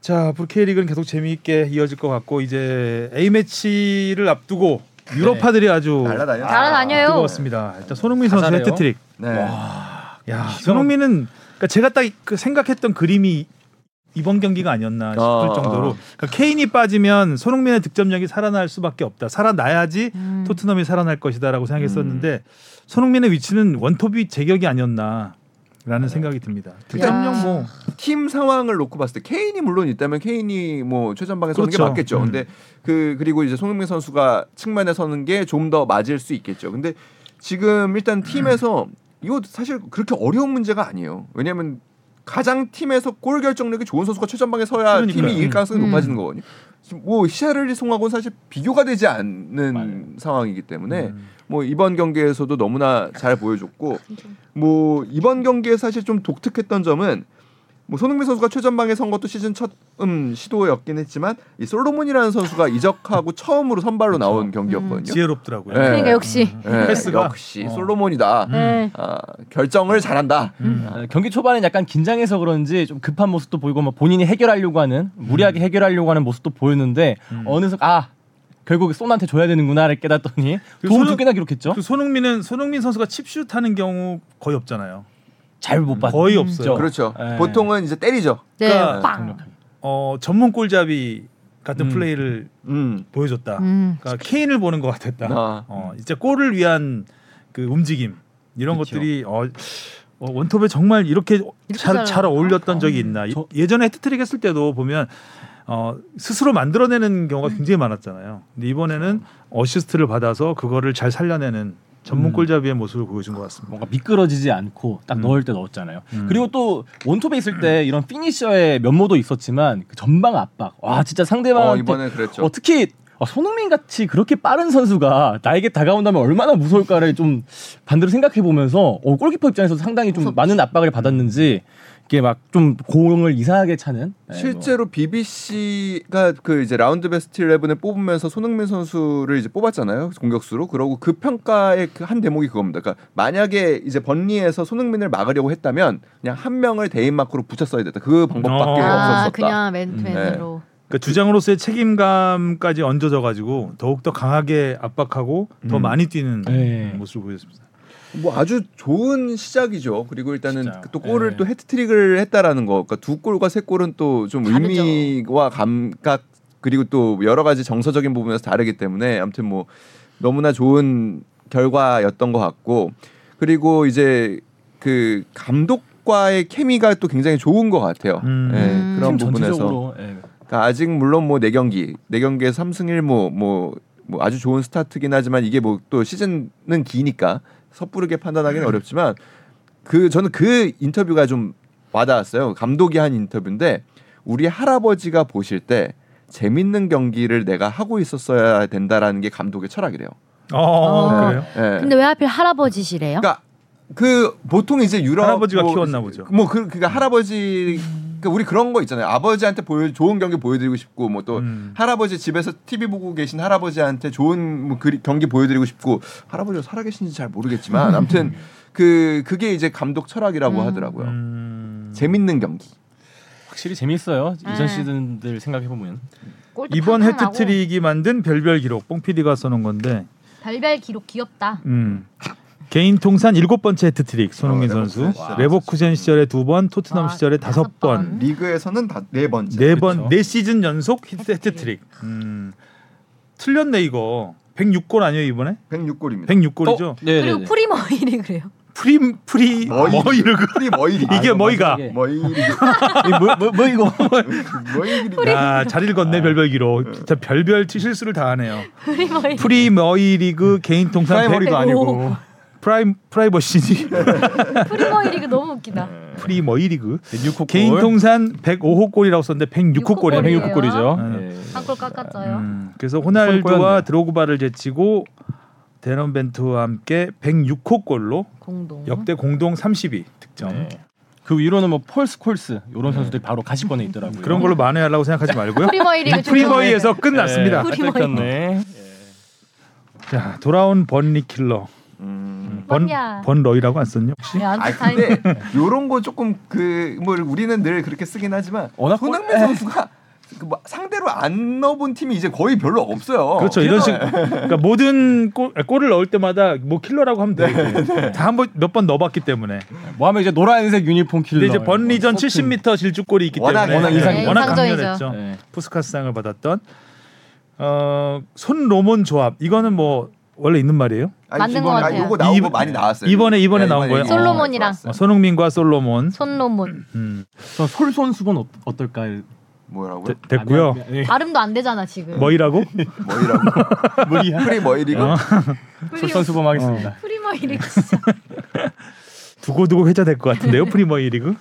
자, 불케이리그는 계속 재미있게 이어질 것 같고 이제 A 매치를 앞두고 유럽파들이 아주 날라다녀. 날아다녀요. 뜨거웠습니다. 일단 손흥민 선수의 가사네요. 헤트트릭. 네. 야, 손흥민은 그러니까 제가 딱그 생각했던 그림이 이번 경기가 아니었나 싶을 어, 어. 정도로 그러니까 케인이 빠지면 손흥민의 득점력이 살아날 수밖에 없다. 살아나야지 음. 토트넘이 살아날 것이다라고 생각했었는데 손흥민의 위치는 원톱이 제격이 아니었나라는 생각이 듭니다. 득점력 뭐 팀 상황을 놓고 봤을 때 케인이 물론 있다면 케인이 뭐 최전방에 서는 게 그렇죠. 맞겠죠. 음. 근데 그 그리고 이제 손흥민 선수가 측면에 서는 게 좀 더 맞을 수 있겠죠. 근데 지금 일단 팀에서 이거 사실 그렇게 어려운 문제가 아니에요. 왜냐하면 가장 팀에서 골 결정력이 좋은 선수가 최전방에 서야 그러니까요. 팀이 이길 가능성이 음. 높아지는 거거든요. 지금 뭐 히샤르리 송하고는 사실 비교가 되지 않는 상황이기 때문에 음. 뭐 이번 경기에서도 너무나 잘 보여줬고 아, 뭐 이번 경기에 사실 좀 독특했던 점은 뭐 손흥민 선수가 최전방에 선 것도 시즌 첫 음, 시도였긴 했지만 이 솔로몬이라는 선수가 이적하고 처음으로 선발로 나온 경기였거든요. 그렇죠. 음. 지혜롭더라고요. 네. 그러니까 역시. 예, 패스가. 역시 어. 솔로몬이다. 네. 아, 결정을 잘한다. 음. 어, 경기 초반에 약간 긴장해서 그런지 좀 급한 모습도 보이고 막 본인이 해결하려고 하는 음. 무리하게 해결하려고 하는 모습도 보였는데 어느 순간 아 결국 손한테 줘야 되는구나를 깨닫더니 그 도움 손은- 두 개나 기록했죠. 그 손흥민은 손흥민 선수가 칩슛 하는 경우 거의 없잖아요. 잘 못 봤죠. 거의 없어요. 어. 그렇죠. 음. 예. 보통은 이제 때리죠. 네. 그러니까- 빵. 어, 전문 골잡이 같은 음. 플레이를 음. 보여줬다. 음. 그러니까 케인을 보는 것 같았다. 아. 어, 이제 골을 위한 그 움직임 이런 그쵸. 것들이 어, 어, 원톱에 정말 이렇게, 잘, 잘 잘 어울렸던 적이 있나? 저- 예전에 헤트트릭 했을 때도 보면 어, 스스로 만들어내는 경우가 굉장히 많았잖아요. 근데 이번에는 어시스트를 받아서 그거를 잘 살려내는 전문 음. 골잡이의 모습을 보여준 것 같습니다. 뭔가 미끄러지지 않고 딱 음. 넣을 때 넣었잖아요. 음. 그리고 또 원톱에 있을 때 이런 피니셔의 면모도 있었지만 그 전방 압박. 와 진짜 어, 상대방한테 이번에 그랬죠. 어, 특히 어, 손흥민 같이 그렇게 빠른 선수가 나에게 다가온다면 얼마나 무서울까를 좀 반대로 생각해 보면서 어, 골키퍼 입장에서 상당히 좀 많은 압박을 받았는지 이게 막 좀 공을 이상하게 차는 네, 실제로 BBC가 그 이제 라운드 베스트 11을 뽑으면서 손흥민 선수를 이제 뽑았잖아요. 공격수로. 그러고 그 평가의 그 한 대목이 그겁니다. 그러니까 만약에 이제 번리에서 손흥민을 막으려고 했다면 그냥 한 명을 대인 마크로 붙였어야 됐다. 그 방법밖에 어. 없었었다. 아, 그냥 맨투맨으로. 그러니까 주장으로서의 책임감까지 얹어져 가지고 더욱 더 강하게 압박하고 더 음. 많이 뛰는 네. 모습을 보여줬습니다. 뭐 아주 좋은 시작이죠. 그리고 일단은 진짜요. 또 골을 예. 또 헤트트릭을 했다라는 거. 그러니까 두 골과 세 골은 또 좀 다르죠. 의미와 감각 그리고 또 여러 가지 정서적인 부분에서 다르기 때문에 아무튼 뭐 너무나 좋은 결과였던 것 같고 그리고 이제 그 감독과의 케미가 또 굉장히 좋은 것 같아요. 음. 예, 음. 그런 팀 부분에서 전체적으로 예. 그러니까 아직 물론 뭐 4경기, 4경기에 3승 1무 뭐, 뭐 아주 좋은 스타트긴 하지만 이게 뭐 또 시즌은 기니까 섣부르게 판단하기는 어렵지만 그 저는 그 인터뷰가 좀 와닿았어요. 감독이 한 인터뷰인데 우리 할아버지가 보실 때 재밌는 경기를 내가 하고 있었어야 된다라는 게 감독의 철학이래요. 어, 어, 어. 그래요? 네. 예. 근데 왜 하필 할아버지시래요? 그러니까 그 보통 이제 유럽 할아버지가 뭐, 키웠나 보죠. 음. 뭐 그, 그니까 할아버지 그러니까 우리 그런 거 있잖아요. 아버지한테 보여 좋은 경기 보여드리고 싶고 뭐 또 음. 할아버지 집에서 TV 보고 계신 할아버지한테 좋은 뭐 그리- 경기 보여드리고 싶고 할아버지가 살아계신지 잘 모르겠지만 아무튼 그 그게 이제 감독 철학이라고 하더라고요. 음. 재밌는 경기. 확실히 재밌어요. 네. 이전 시즌들 생각해 보면 골도 이번 팡팡 나고 헤트트릭이 만든 별별 기록 뽕피디가 써놓은 건데 별별 기록 귀엽다. 음. 개인 통산 일곱 번째 헤트트릭 손흥민 어, 선수 레버쿠젠 시절에. 레버쿠젠 시절에 두 번 토트넘 와, 시절에 아, 다섯 다섯 번. 번 리그에서는 다 네 번째. 네 번 네 그쵸. 시즌 연속 히트 헤트트릭 음. 틀렸네 이거 106골 아니에요 이번에 106골입니다. 106골이죠 어? 네, 그리고 네, 네. 프리머일이 그래요. 프리 프리 머이르그 머이 아, 머이리. 이게 뭐- 이거 머이가 마지막에. 머이리. 이게 뭐, 뭐, 뭐 이거 머이리. 야잘 읽었네 별별 기록 진짜 별별 티- 실수를 다 하네요 프리머일. 프리 머이리그 개인 통산 프라이머리도 백- 아니고 프라임 프라이버시지 프리머일이 그 너무 웃기다. 프리 머이리그 네, 뉴코 개인 통산 105호 골이라고 썼는데 106호 골이에요. 106 골이죠. 네. 예. 한 골 깎았어요. 음, 그래서 손 꼬였네요. 호날두와 드로그바를 제치고 데넌 벤투와 함께 106호 골로 공동. 역대 공동 30위 득점. 네. 그 위로는 뭐 폴스 콜스 이런 선수들이 바로 가시권에 있더라고요. 네. 그런 걸로 만회하려고 생각하지 말고요. 프리머일이 좀 프리머이에서 끝났습니다. 네. 네. 네. 네. 자 돌아온 번리 킬러. 음. 못 봤냐? 번 러이라고 안 썼냐? 혹시? 야, 아 아무튼 다행- 근데 요런 거 조금 그 뭐 우리는 늘 그렇게 쓰긴 하지만 뭐, 워낙 뭐 골- 손흥민 선수가 그뭐 상대로 안 넣어본 팀이 이제 거의 별로 없어요. 그렇죠. 이런 식 그러니까 모든 골, 아, 골을 넣을 때마다 뭐 킬러라고 하면 돼. 다한번몇 번 넣어봤기 때문에. 뭐 하면 이제 노란색 유니폼 킬러. 근데 이제 번리전 70m 질주골이 있기 워낙- 때문에 워낙 이상- 워낙 이상적이죠. 강렬했죠. 네. 푸스카스상을 받았던 어, 손 로몬 조합 이거는 뭐 원래 있는 말이에요. 맞는 것 아, 같아요. 요거 나온 거 이번- 많이 나왔어요. 이번에- 이번에 나온 거예요? 솔로몬이랑. 어, 손흥민과 솔로몬 손로몬 음, 저 솔손수건 어, 어떨까요? 뭐라고? 되- 됐고요. 아니야, 네. 발음도 안 되잖아 지금. 뭐이라고? 뭐이라고? 무리야. 프리 뭐이리고? 어. 솔손수범 하겠습니다. 프리머 이름 진짜. 두고두고 회자될 것 같은데요 프리머이 리그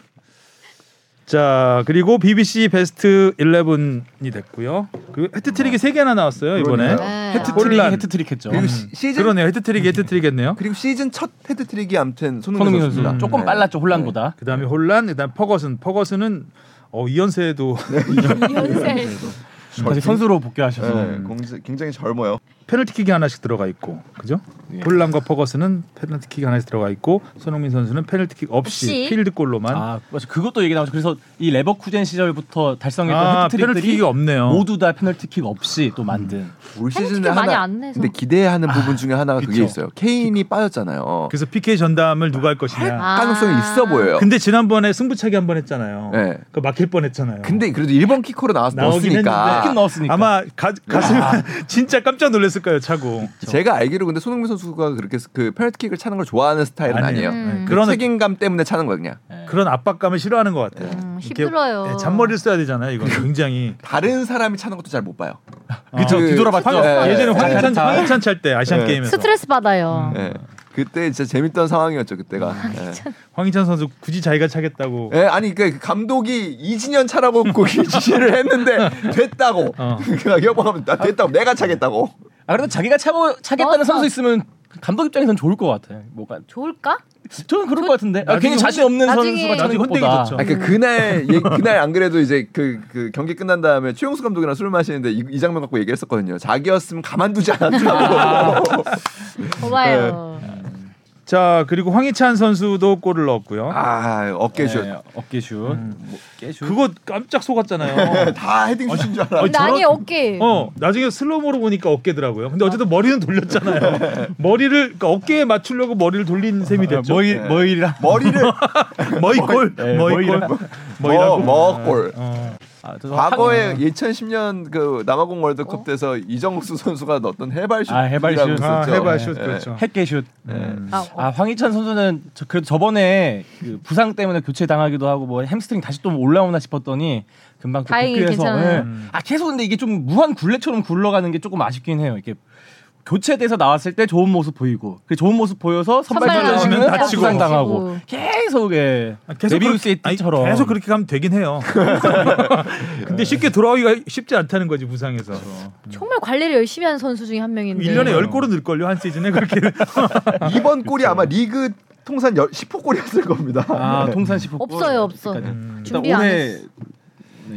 자 그리고 BBC 베스트 11이 됐고요 그리고 헤트트릭이 세개나 나왔어요 이번에 그러네요. 네. 아, 헤트트릭 혼란. 헤트트릭 했죠. 그리고 음. 시, 시즌 그러네요 헤트트릭이 헤트트릭 했네요 그리고 시즌 첫 헤드트릭이 아무튼 손흥민, 손흥민 선수 선수입니다. 조금 네. 빨랐죠 혼란보다. 그 다음에 혼란 그 다음에 퍼거슨 퍼거슨은 어, 이연세에도 연세. 음. 다시 선수로 네, 복귀하셔서 음. 공지- 굉장히 젊어요. 페널티킥이 하나씩 들어가 있고 그죠? 예. 혼란과 퍼거슨은 페널티킥이 하나씩 들어가 있고 손흥민 선수는 페널티킥 없이, 없이. 필드골로만 아, 아 맞아 그것도 얘기 나오죠. 그래서 이 레버쿠젠 시절부터 달성했던 헤트트릭들이 아, 페널티킥이 없네요 어. 음. 모두 다 페널티킥 없이 또 만든. 올 시즌에 많이 하나 안 내서. 근데 기대하는 부분 중에 하나가 그게 그쵸. 있어요. 케인이 빠졌잖아요. 아, 그러니까. 그래서 PK 전담을 누가 할 것이냐 아. 가능성이 있어 보여요. 근데 지난번에 승부차기 한 번 했잖아요 예. 네. 그 막힐 뻔했잖아요 근데 그래도 1번 키커로 나와서 나오긴 넣었으니까 했는데. 넣었으니까. 아마 가, 가슴 진짜 깜짝 놀랐을 거예요 차고 제가 알기로 근데 손흥민 선수가 그렇게 그 페널티킥을 차는 걸 좋아하는 스타일은 아니에요. 네, 아니에요. 음. 그런 그런 책임감 때문에 차는 거야 그냥. 그런 압박감을 싫어하는 것 같아요 음, 이렇게, 힘들어요. 예, 잔머리를 써야 되잖아요 이건 굉장히 다른 사람이 차는 것도 잘 못 봐요. 네. 그쵸, 그- 뒤돌아봤죠. 황- 예, 예전에 예. 황희찬 잘했다. 예. 황희찬 찰 때 아시안 네. 게임에서 스트레스 음. 받아요. 네. 예. 그때 진짜 재밌던 상황이었죠 그때가. 예. 황희찬 선수 굳이 자기가 차겠다고 예, 아니 그 감독이 이진현 차라고 고기 지시를 했는데 됐다고. 어. 그냥 여보하면 나 됐다고 내가 차겠다고. 아 그래도 자기가 차고 차겠다는 맞아. 선수 있으면 감독 입장에선 좋을 것 같아. 뭐가 좋을까? 저는 그럴 것 같은데. 아, 나중에 괜히 자신 없는 나중에- 선수가 나중에 차는 혼내기 것보다. 좋죠. 아, 그 그날 예, 그날 안 그래도 이제 그, 그 경기 끝난 다음에 최용수 감독이랑 술 마시는데 이, 이 장면 갖고 얘기했었거든요. 자기였으면 가만두지 않았다고. 좋아요. 네. 자 그리고 황희찬 선수도 골을 넣었고요 아 어깨 슛. 네, 어깨 슛. 뭐, 어깨 슛. 그거 깜짝 속았잖아요 다 헤딩 슛인 줄 알아. 근데 저런- 아니 어깨. 어 나중에 슬로모로 보니까 어깨더라고요 근데 어쨌든 머리는 돌렸잖아요 머리를 그러니까 어깨에 맞추려고 머리를 돌린 셈이 됐죠 그, 머일 머일이라. 머리를 머이골 네, 머이골 머이라. 뭐, 머이라고 뭐 골. 어. 아, 그래서 과거에 2010년 그 남아공 월드컵 어? 때서 이정수 선수가 넣었던 해발 슛. 아, 해발 슛. 아, 해발 슛 예. 그렇죠. 핵개 슛. 아, 아 황희찬 선수는 저, 그래도 저번에 그 부상 때문에 교체 당하기도 하고 뭐 햄스트링 다시 또 올라오나 싶었더니 금방 또 다행히 복귀해서 괜찮아요. 예. 아 계속 근데 이게 좀 무한 굴레처럼 굴러가는 게 조금 아쉽긴 해요. 이게 교체돼서 나왔을 때 좋은 모습 보이고 그 좋은 모습 보여서 선발 선발 나오면 전시면 다치고. 부상 당하고 계속 예. 아, 계속 데뷔우스의 그렇게- 아니, 때처럼 계속 그렇게 가면 되긴 해요. 근데 쉽게 돌아오기가 쉽지 않다는 거지 부상에서. 정말 관리를 열심히 하는 선수 중에 한 명인데. 1년에 10골은 늘 걸요. 한 시즌에 그렇게. 예. 이번 골이 아마 리그 통산 10호 골이었을 겁니다. 아 통산 1 0 없어요, 없어. 네. 음. 준비 안 올해 네,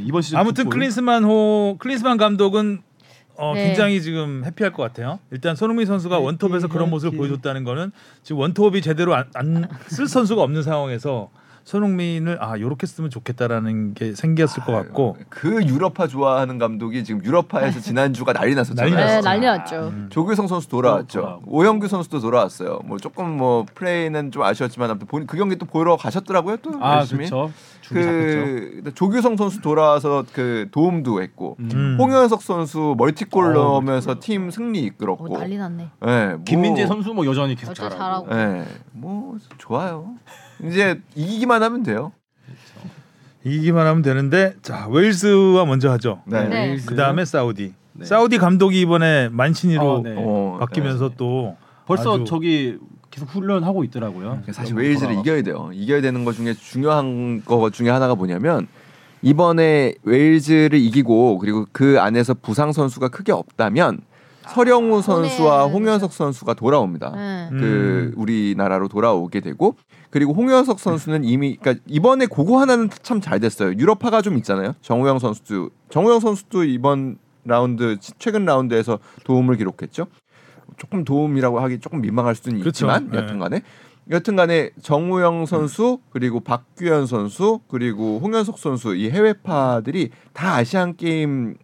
이번 시즌 아무튼 풋볼. 클린스만 호 클린스만 감독은 어, 네. 굉장히 지금 해피할 것 같아요. 일단 손흥민 선수가 네, 원톱에서 그런 모습을 보여줬다는 거는 지금 원톱이 제대로 안 쓸 선수가 없는 상황에서 손흥민을 아 요렇게 쓰면 좋겠다라는 게 생겼을 것 같고 그 유럽파 좋아하는 감독이 지금 유럽파에서 지난주가 난리 났었잖아요. 음. 난리 네, 났어요. 난리 났죠. 조규성 선수 돌아왔죠. 돌아오고. 오영규 선수도 돌아왔어요. 뭐 조금 뭐 플레이는 좀 아쉬웠지만 아무튼 본인 그 경기 또 보러 가셨더라고요. 또 아 열심히. 그렇죠. 준비 뭐 잘했죠. 그 조규성 선수 돌아와서 그 도움도 했고 음. 홍현석 선수 어, 멀티골 넣으면서 팀 승리 어, 이끌었고. 난리 났네. 예, 뭐- 김민재 선수 뭐 여전히 계속 어쩌 잘하고. 잘하고. 예. 뭐 좋아요. 이제 이기기만 하면 돼요. 이기만 하면 되는데 자 웨일스와 먼저 하죠. 네. 네. 웨일스. 그 다음에 사우디. 사우디 감독이 이번에 만신이로 아, 네. 어, 바뀌면서 또 벌써 아주- 음. 네. 어. 저기 계속 훈련하고 있더라고요. 예. 사실 웨일즈를 이겨야 돼요. 이겨야 되는 것 중에 중요한 것 중에 하나가 뭐냐면 이번에 웨일즈를 이기고 그리고 그 안에서 부상 선수가 크게 없다면 서령우 선수와 오늘- 홍현석 선수가 돌아옵니다. 네. 음. 그 우리나라로 돌아오게 되고 그리고 홍현석 선수는 이미 그러니까 이번에 그거 하나는 참 잘 됐어요. 유럽파가 좀 있잖아요. 정우영 선수도 정우영 선수도 이번 라운드 최근 라운드에서 도움을 기록했죠. 조금 도움이라고 하기 조금 민망할 수는 그렇죠. 있지만 네. 여튼간에 여튼간에 정우영 선수 그리고 박규현 선수 그리고 홍현석 선수 이 해외파들이 다 아시안 게임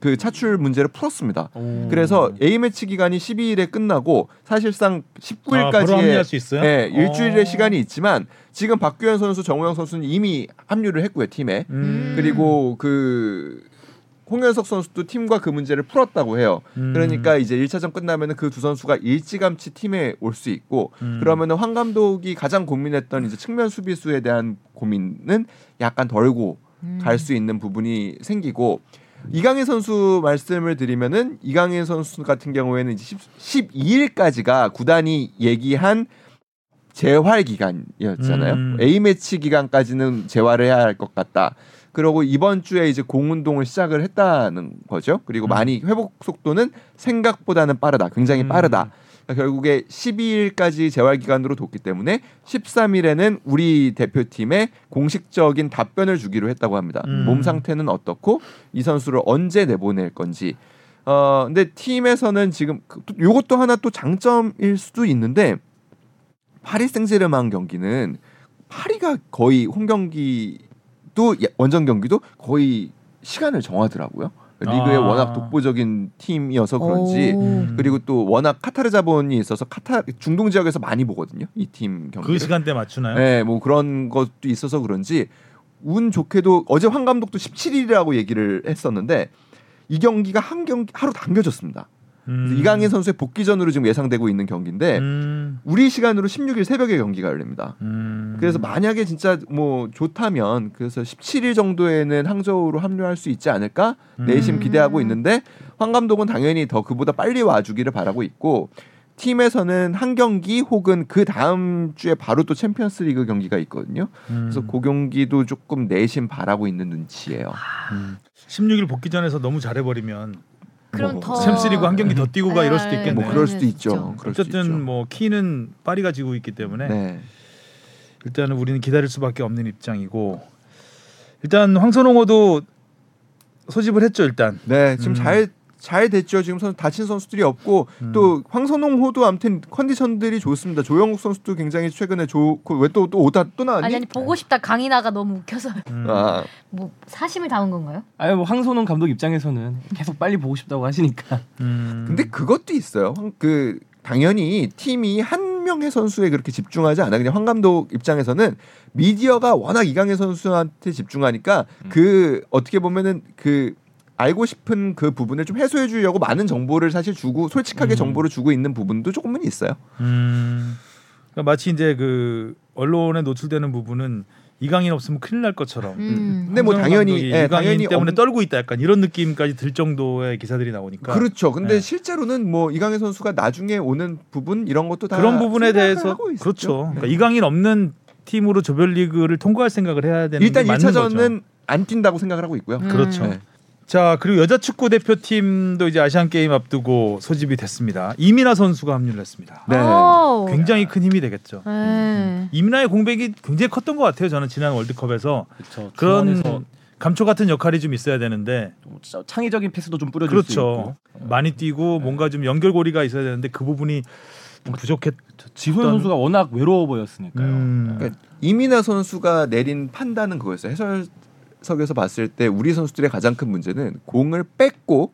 그 차출 문제를 풀었습니다. 음. 그래서 A 매치 기간이 12일에 끝나고 사실상 아, 바로 19일까지의 합류할 수 있어요? 네, 일주일의 어. 시간이 있지만 지금 박규현 선수, 정우영 선수는 이미 합류를 했고요 팀에 음, 그리고 그 홍현석 선수도 팀과 그 문제를 풀었다고 해요. 음. 그러니까 이제 1차전 끝나면은 그 두 선수가 일찌감치 팀에 올 수 있고 음. 그러면은 황 감독이 가장 고민했던 이제 측면 수비수에 대한 고민은 약간 덜고 음. 음. 갈 수 있는 부분이 생기고 이강인 선수 말씀을 드리면은 이강인 선수 같은 경우에는 이제 10, 12일까지가 구단이 얘기한 재활 기간이었잖아요. 음. A 매치 기간까지는 재활을 해야 할 것 같다. 그러고 이번 주에 이제 공운동을 시작을 했다는 거죠. 그리고 음. 많이 회복 속도는 생각보다는 빠르다. 굉장히 음. 빠르다. 그러니까 결국에 12일까지 재활 기간으로 뒀기 때문에 13일에는 우리 대표팀에 공식적인 답변을 주기로 했다고 합니다. 음. 몸 상태는 어떻고 이 선수를 언제 내보낼 건지. 어 근데 팀에서는 지금 그- 또 요것도 하나 또 장점일 수도 있는데 파리 생제르맹 경기는 파리가 거의 홈 경기도 예- 원정 경기도 거의 시간을 정하더라고요. 리그에 아. 워낙 독보적인 팀이어서 그런지 음. 그리고 또 워낙 카타르 자본이 있어서 카타 중동 지역에서 많이 보거든요. 이 팀 경기를. 그 시간대 맞추나요? 네, 뭐 그런 것도 있어서 그런지 운 좋게도 어제 황 감독도 17일이라고 얘기를 했었는데 이 경기가 한 경기 하루 당겨졌습니다. 그래서 음. 이강인 네. 선수의 복귀전으로 지금 예상되고 있는 경기인데 음. 우리 시간으로 16일 새벽에 경기가 열립니다. 음. 그래서 만약에 진짜 뭐 좋다면 그래서 17일 정도에는 항저우로 합류할 수 있지 않을까 내심 음. 기대하고 있는데 황 감독은 당연히 더 그보다 빨리 와주기를 바라고 있고 팀에서는 한 경기 혹은 그 다음 주에 바로 또 챔피언스리그 경기가 있거든요. 음. 그래서 그 경기도 조금 내심 바라고 있는 눈치예요. 아, 음. 16일 복귀 전에서 너무 잘해버리면 그럼 뭐, 어. 더 챔스리그 한 경기 더 뛰고 가 이럴 수도 아, 있겠네요. 음. 뭐 그럴 수도 네, 있죠. 그럴 수도 있죠. 어쨌든 뭐 키는 파리가 지고 있기 때문에 네. 일단은 우리는 기다릴 수밖에 없는 입장이고 일단 황선홍어도 소집을 했죠 일단 네, 지금 음. 잘. 잘 됐죠. 지금 선, 다친 선수들이 없고 음. 또 황선홍 호도 아무튼 컨디션들이 좋습니다. 조영욱 선수도 굉장히 최근에 좋고 왜 또또 오다 또 나왔니? 아니 아니 보고 싶다 강인아가 너무 웃겨서 음. 아, 뭐 사심을 담은 건가요? 아니 뭐 황선홍 감독 입장에서는 계속 빨리 보고 싶다고 하시니까 음. 근데 그것도 있어요. 황- 그 당연히 팀이 한 명의 선수에 그렇게 집중하지 않아. 그냥 황 감독 입장에서는 미디어가 워낙 이강인 선수한테 집중하니까 음. 그 어떻게 보면은 그 알고 싶은 그 부분을 좀 해소해 주려고 많은 정보를 사실 주고 솔직하게 음. 정보를 주고 있는 부분도 조금은 있어요. 음. 그러니까 마치 이제 그 언론에 노출되는 부분은 이강인 없으면 큰일 날 것처럼 음. 근데 뭐 황선홍 당연히, 감독이 예, 이강인 당연히 때문에 없- 떨고 있다 약간 이런 느낌까지 들 정도의 기사들이 나오니까 그렇죠 근데 네. 실제로는 뭐 이강인 선수가 나중에 오는 부분 이런 것도 다 그런 부분에 생각을 대해서 하고 있었죠. 네. 그렇죠. 그러니까 이강인 없는 팀으로 조별리그를 통과할 생각을 해야 되는 일단 게 맞는 거죠. 1차전은 안 뛴다고 생각을 하고 있고요. 음. 그렇죠. 네. 자 그리고 여자 축구 대표팀도 이제 아시안 게임 앞두고 소집이 됐습니다. 이민아 선수가 합류를 했습니다. 네. 어. 오. 굉장히 큰 힘이 되겠죠. 네. 이민아의 공백이 굉장히 컸던 것 같아요. 저는 지난 월드컵에서 그렇죠. 그런 감초 같은 역할이 좀 있어야 되는데 뭐 창의적인 패스도 좀 뿌려줄 수 그렇죠. 있고 많이 네. 뛰고 뭔가 좀 연결고리가 있어야 되는데 그 부분이 좀 부족했. 지선 어떤- 선수가 워낙 외로워 보였으니까요. 음. 그러니까 이민아 선수가 내린 판단은 그거였어요. 해설석에서 봤을 때 우리 선수들의 가장 큰 문제는 공을 뺏고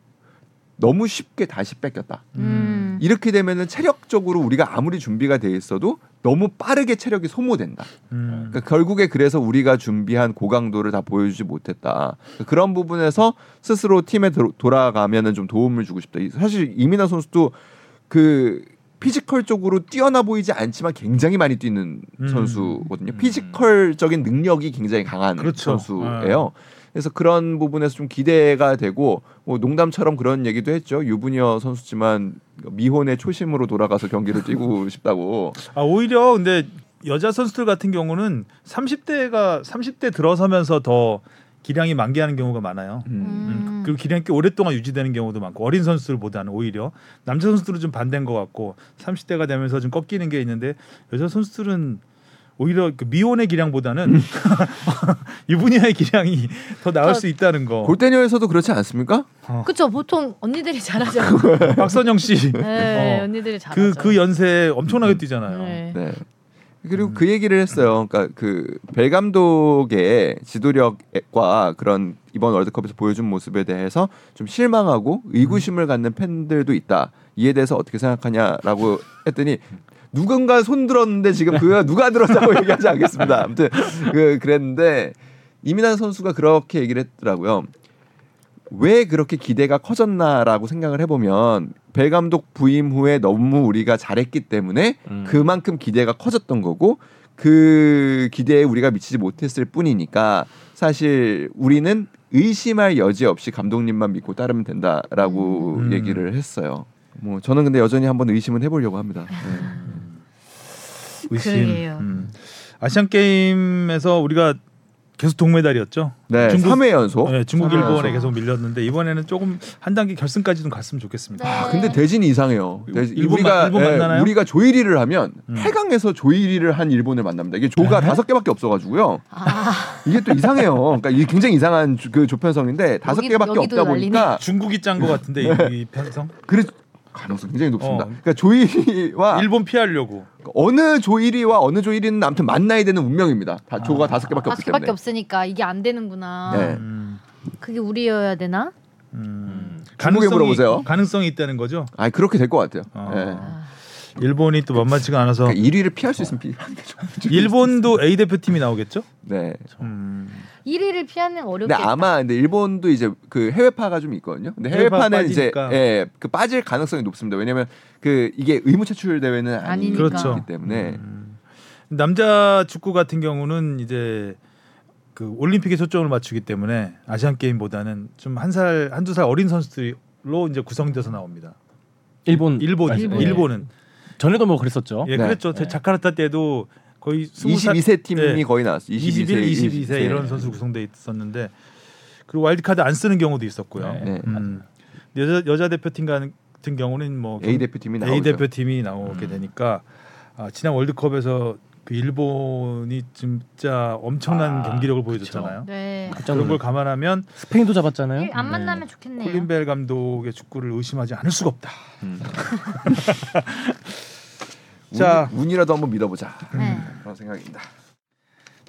너무 쉽게 다시 뺏겼다. 음. 이렇게 되면은 체력적으로 우리가 아무리 준비가 돼 있어도 너무 빠르게 체력이 소모된다. 음. 그러니까 결국에 그래서 우리가 준비한 고강도를 다 보여주지 못했다. 그런 부분에서 스스로 팀에 도- 돌아가면은 좀 도움을 주고 싶다. 이- 사실 이민아 선수도 그 피지컬적으로 뛰어나 보이지 않지만 굉장히 많이 뛰는 음. 선수거든요. 피지컬적인 능력이 굉장히 강한 그렇죠. 음, 선수예요. 그래서 그런 부분에서 좀 기대가 되고 뭐 농담처럼 그런 얘기도 했죠. 유부녀 선수지만 미혼의 초심으로 돌아가서 경기를 뛰고 싶다고. 아 오히려 근데 여자 선수들 같은 경우는 30대가 30대 들어서면서 더 기량이 만개하는 경우가 많아요. 음. 음, 음. 그리고 기량이 꽤 오랫동안 유지되는 경우도 많고 어린 선수들보다는 오히려 남자 선수들은 좀 반대인 것 같고 30대가 되면서 좀 꺾이는 게 있는데 여자 선수들은 오히려 그 미온의 기량보다는 유부녀의 기량이 더 나을 수 있다는 거. 골대녀에서도 그렇지 않습니까? 그쵸 보통 언니들이 잘하잖아요. 박선영 씨. 네, 어. 언니들이 잘하죠. 그, 그 연세에 엄청나게 뛰잖아요. 네. 네. 그리고 그 얘기를 했어요. 그러니까 그 벨 감독의 지도력과 그런 이번 월드컵에서 보여준 모습에 대해서 좀 실망하고 의구심을 갖는 팬들도 있다. 이에 대해서 어떻게 생각하냐라고 했더니 누군가 손 들었는데 지금 그 누가 들었다고 얘기하지 않겠습니다. 아무튼 그 그랬는데 이민환 선수가 그렇게 얘기를 했더라고요. 왜 그렇게 기대가 커졌나라고 생각을 해보면 벨 감독 부임 후에 너무 우리가 잘했기 때문에 음. 그만큼 기대가 커졌던 거고 그 기대에 우리가 미치지 못했을 뿐이니까 사실 우리는 의심할 여지 없이 감독님만 믿고 따르면 된다라고 음. 얘기를 했어요. 뭐 저는 근데 여전히 한번 의심은 해보려고 합니다. 네. 그러게요. 음. 아시안 게임에서 우리가 계속 동메달이었죠. 네, 중국- 3회 연속. 네, 중국 아. 일본에 계속 밀렸는데 이번에는 조금 한 단계 결승까지 좀 갔으면 네. 좋겠습니다. 아, 근데 대진이 이상해요. 대진- 일본 마- 우리가 일본 예, 만나나요? 우리가 조일위를 하면 음. 팔 8강에서 조일위를 한 일본을 만납니다. 이게 조가 다섯 개밖에 없어가지고요. 아, 이게 또 이상해요. 그러니까 이게 굉장히 이상한 조- 그 조편성인데 다섯 여기- 개밖에 여기도 없다 보니까 중국이 짠 것 같은데 이, 이 편성. 그래 가능성 굉장히 높습니다. 어. 그러니까 조일위와 일본 피하려고. 어느 조일위와 어느 조일위는 아무튼 만나야 되는 운명입니다. 다- 조가 다섯 개밖에 다섯 없기 개밖에 때문에. 없으니까 이게 안 되는구나. 네. 음, 그게 우리여야 되나? 음. 중국에 물어보세요. 가능성이 있다는 거죠. 아 그렇게 될 것 같아요. 어. 예. 일본이 또 만만치가 않아서 그러니까 1위를 피할 수 있으면 피하는 게 좋죠. 일본도 A 대표팀이 나오겠죠? 음. 네. 1위를 피하는 근데 어렵겠다. 아마 근데 일본도 이제 그 해외파가 좀 있거든요. 근데 해외파 해외파는 이제 빠지니까. 예, 그 빠질 가능성이 높습니다. 왜냐면 그 이게 의무 차출 대회는 아니기 아니니까. 그렇죠. 때문에 음. 남자 축구 같은 경우는 이제 그 올림픽에 초점을 맞추기 때문에 아시안 게임보다는 좀 한 살 한두 살 어린 선수들로 이제 구성돼서 나옵니다. 일본 일본 예. 일본은 전에도 뭐 그랬었죠. 예 네. 그랬죠. 제 자카르타 때도 거의 20살 22세 팀이 예, 거의 나왔어요. 21, 22세, 22세, 이런 선수 구성돼 있었는데 그리고 와일드카드 안 쓰는 경우도 있었고요. 네. 음. 여자 여자 대표팀 같은 경우는 뭐 A 대표팀이 나오죠. 음. A 대표팀이 나오게 되니까 아, 지난 월드컵에서 그 일본이 진짜 엄청난 아, 경기력을 보여줬잖아요. 네. 깜짝 그런 걸 놀랐- 감안하면 스페인도 예, 잡았잖아요. 안 만나면 좋겠네요. 콜린벨 감독의 축구를 의심하지 않을 수가 없다. 음. 자. 자 운이라도 한번 믿어보자 음, 네. 그런 생각입니다.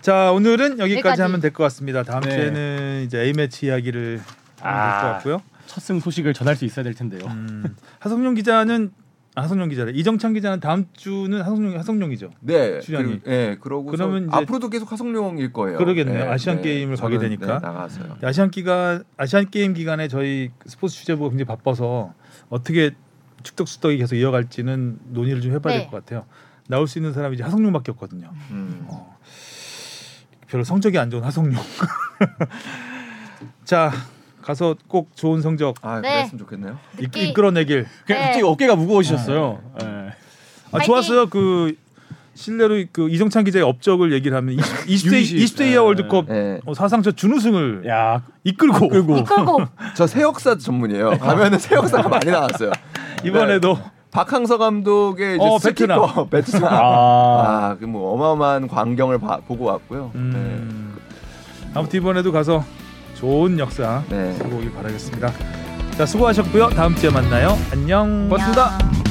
자 오늘은 여기까지, 여기까지. 하면 될 것 같습니다. 다음 네. 주에는 이제 A 매치 이야기를 아. 하면 될 것 같고요. 첫승 소식을 전할 수 있어야 될 텐데요. 음, 하성룡 기자는 아, 하성룡 기자래. 이정찬 기자는 다음 주는 하성룡 하성룡이죠. 네, 출연이. 그리고, 예, 그러고 그러면 이제- 앞으로도 계속 화성룡일 거예요. 그러겠네요. 아시안 게임을 가게 저는, 되니까. 네, 나가서요. 아시안 기간 아시안 게임 기간에 저희 스포츠 취재부가 굉장히 바빠서 어떻게 축덕수덕이 계속 이어갈지는 논의를 좀 해봐야 네. 될 것 같아요. 나올 수 있는 사람이 이제 하성룡밖에 없거든요. 음. 어, 별로 성적이 안 좋은 하성룡. 자 가서 꼭 좋은 성적 아 네. 그랬으면 좋겠네요. 이, 특히- 이끌어내길. 그냥 네. 갑자기 어깨가 무거우셨어요. 네. 아 파이팅! 좋았어요. 그 실내로 그 이정찬 기자의 업적을 얘기를 하면 20, 세 유이십. 20세 이하 네. 월드컵 네. 어, 사상 첫 준우승을 예. 야 이끌고 끌고 이끌고 저 새역사 아. 전문이에요. 가면은 새역사가 많이 나왔어요. 이번에도 박항서 감독의 이제 어, 베트남. 스키커 베트남. 아, 아, 그 뭐 어마어마한 광경을 봐- 보고 왔고요. 음, 아무튼 이번에도 가서 좋은 역사 네. 네. 보길 바라겠습니다. 자 수고하셨고요. 다음 주에 만나요. 안녕. 안녕.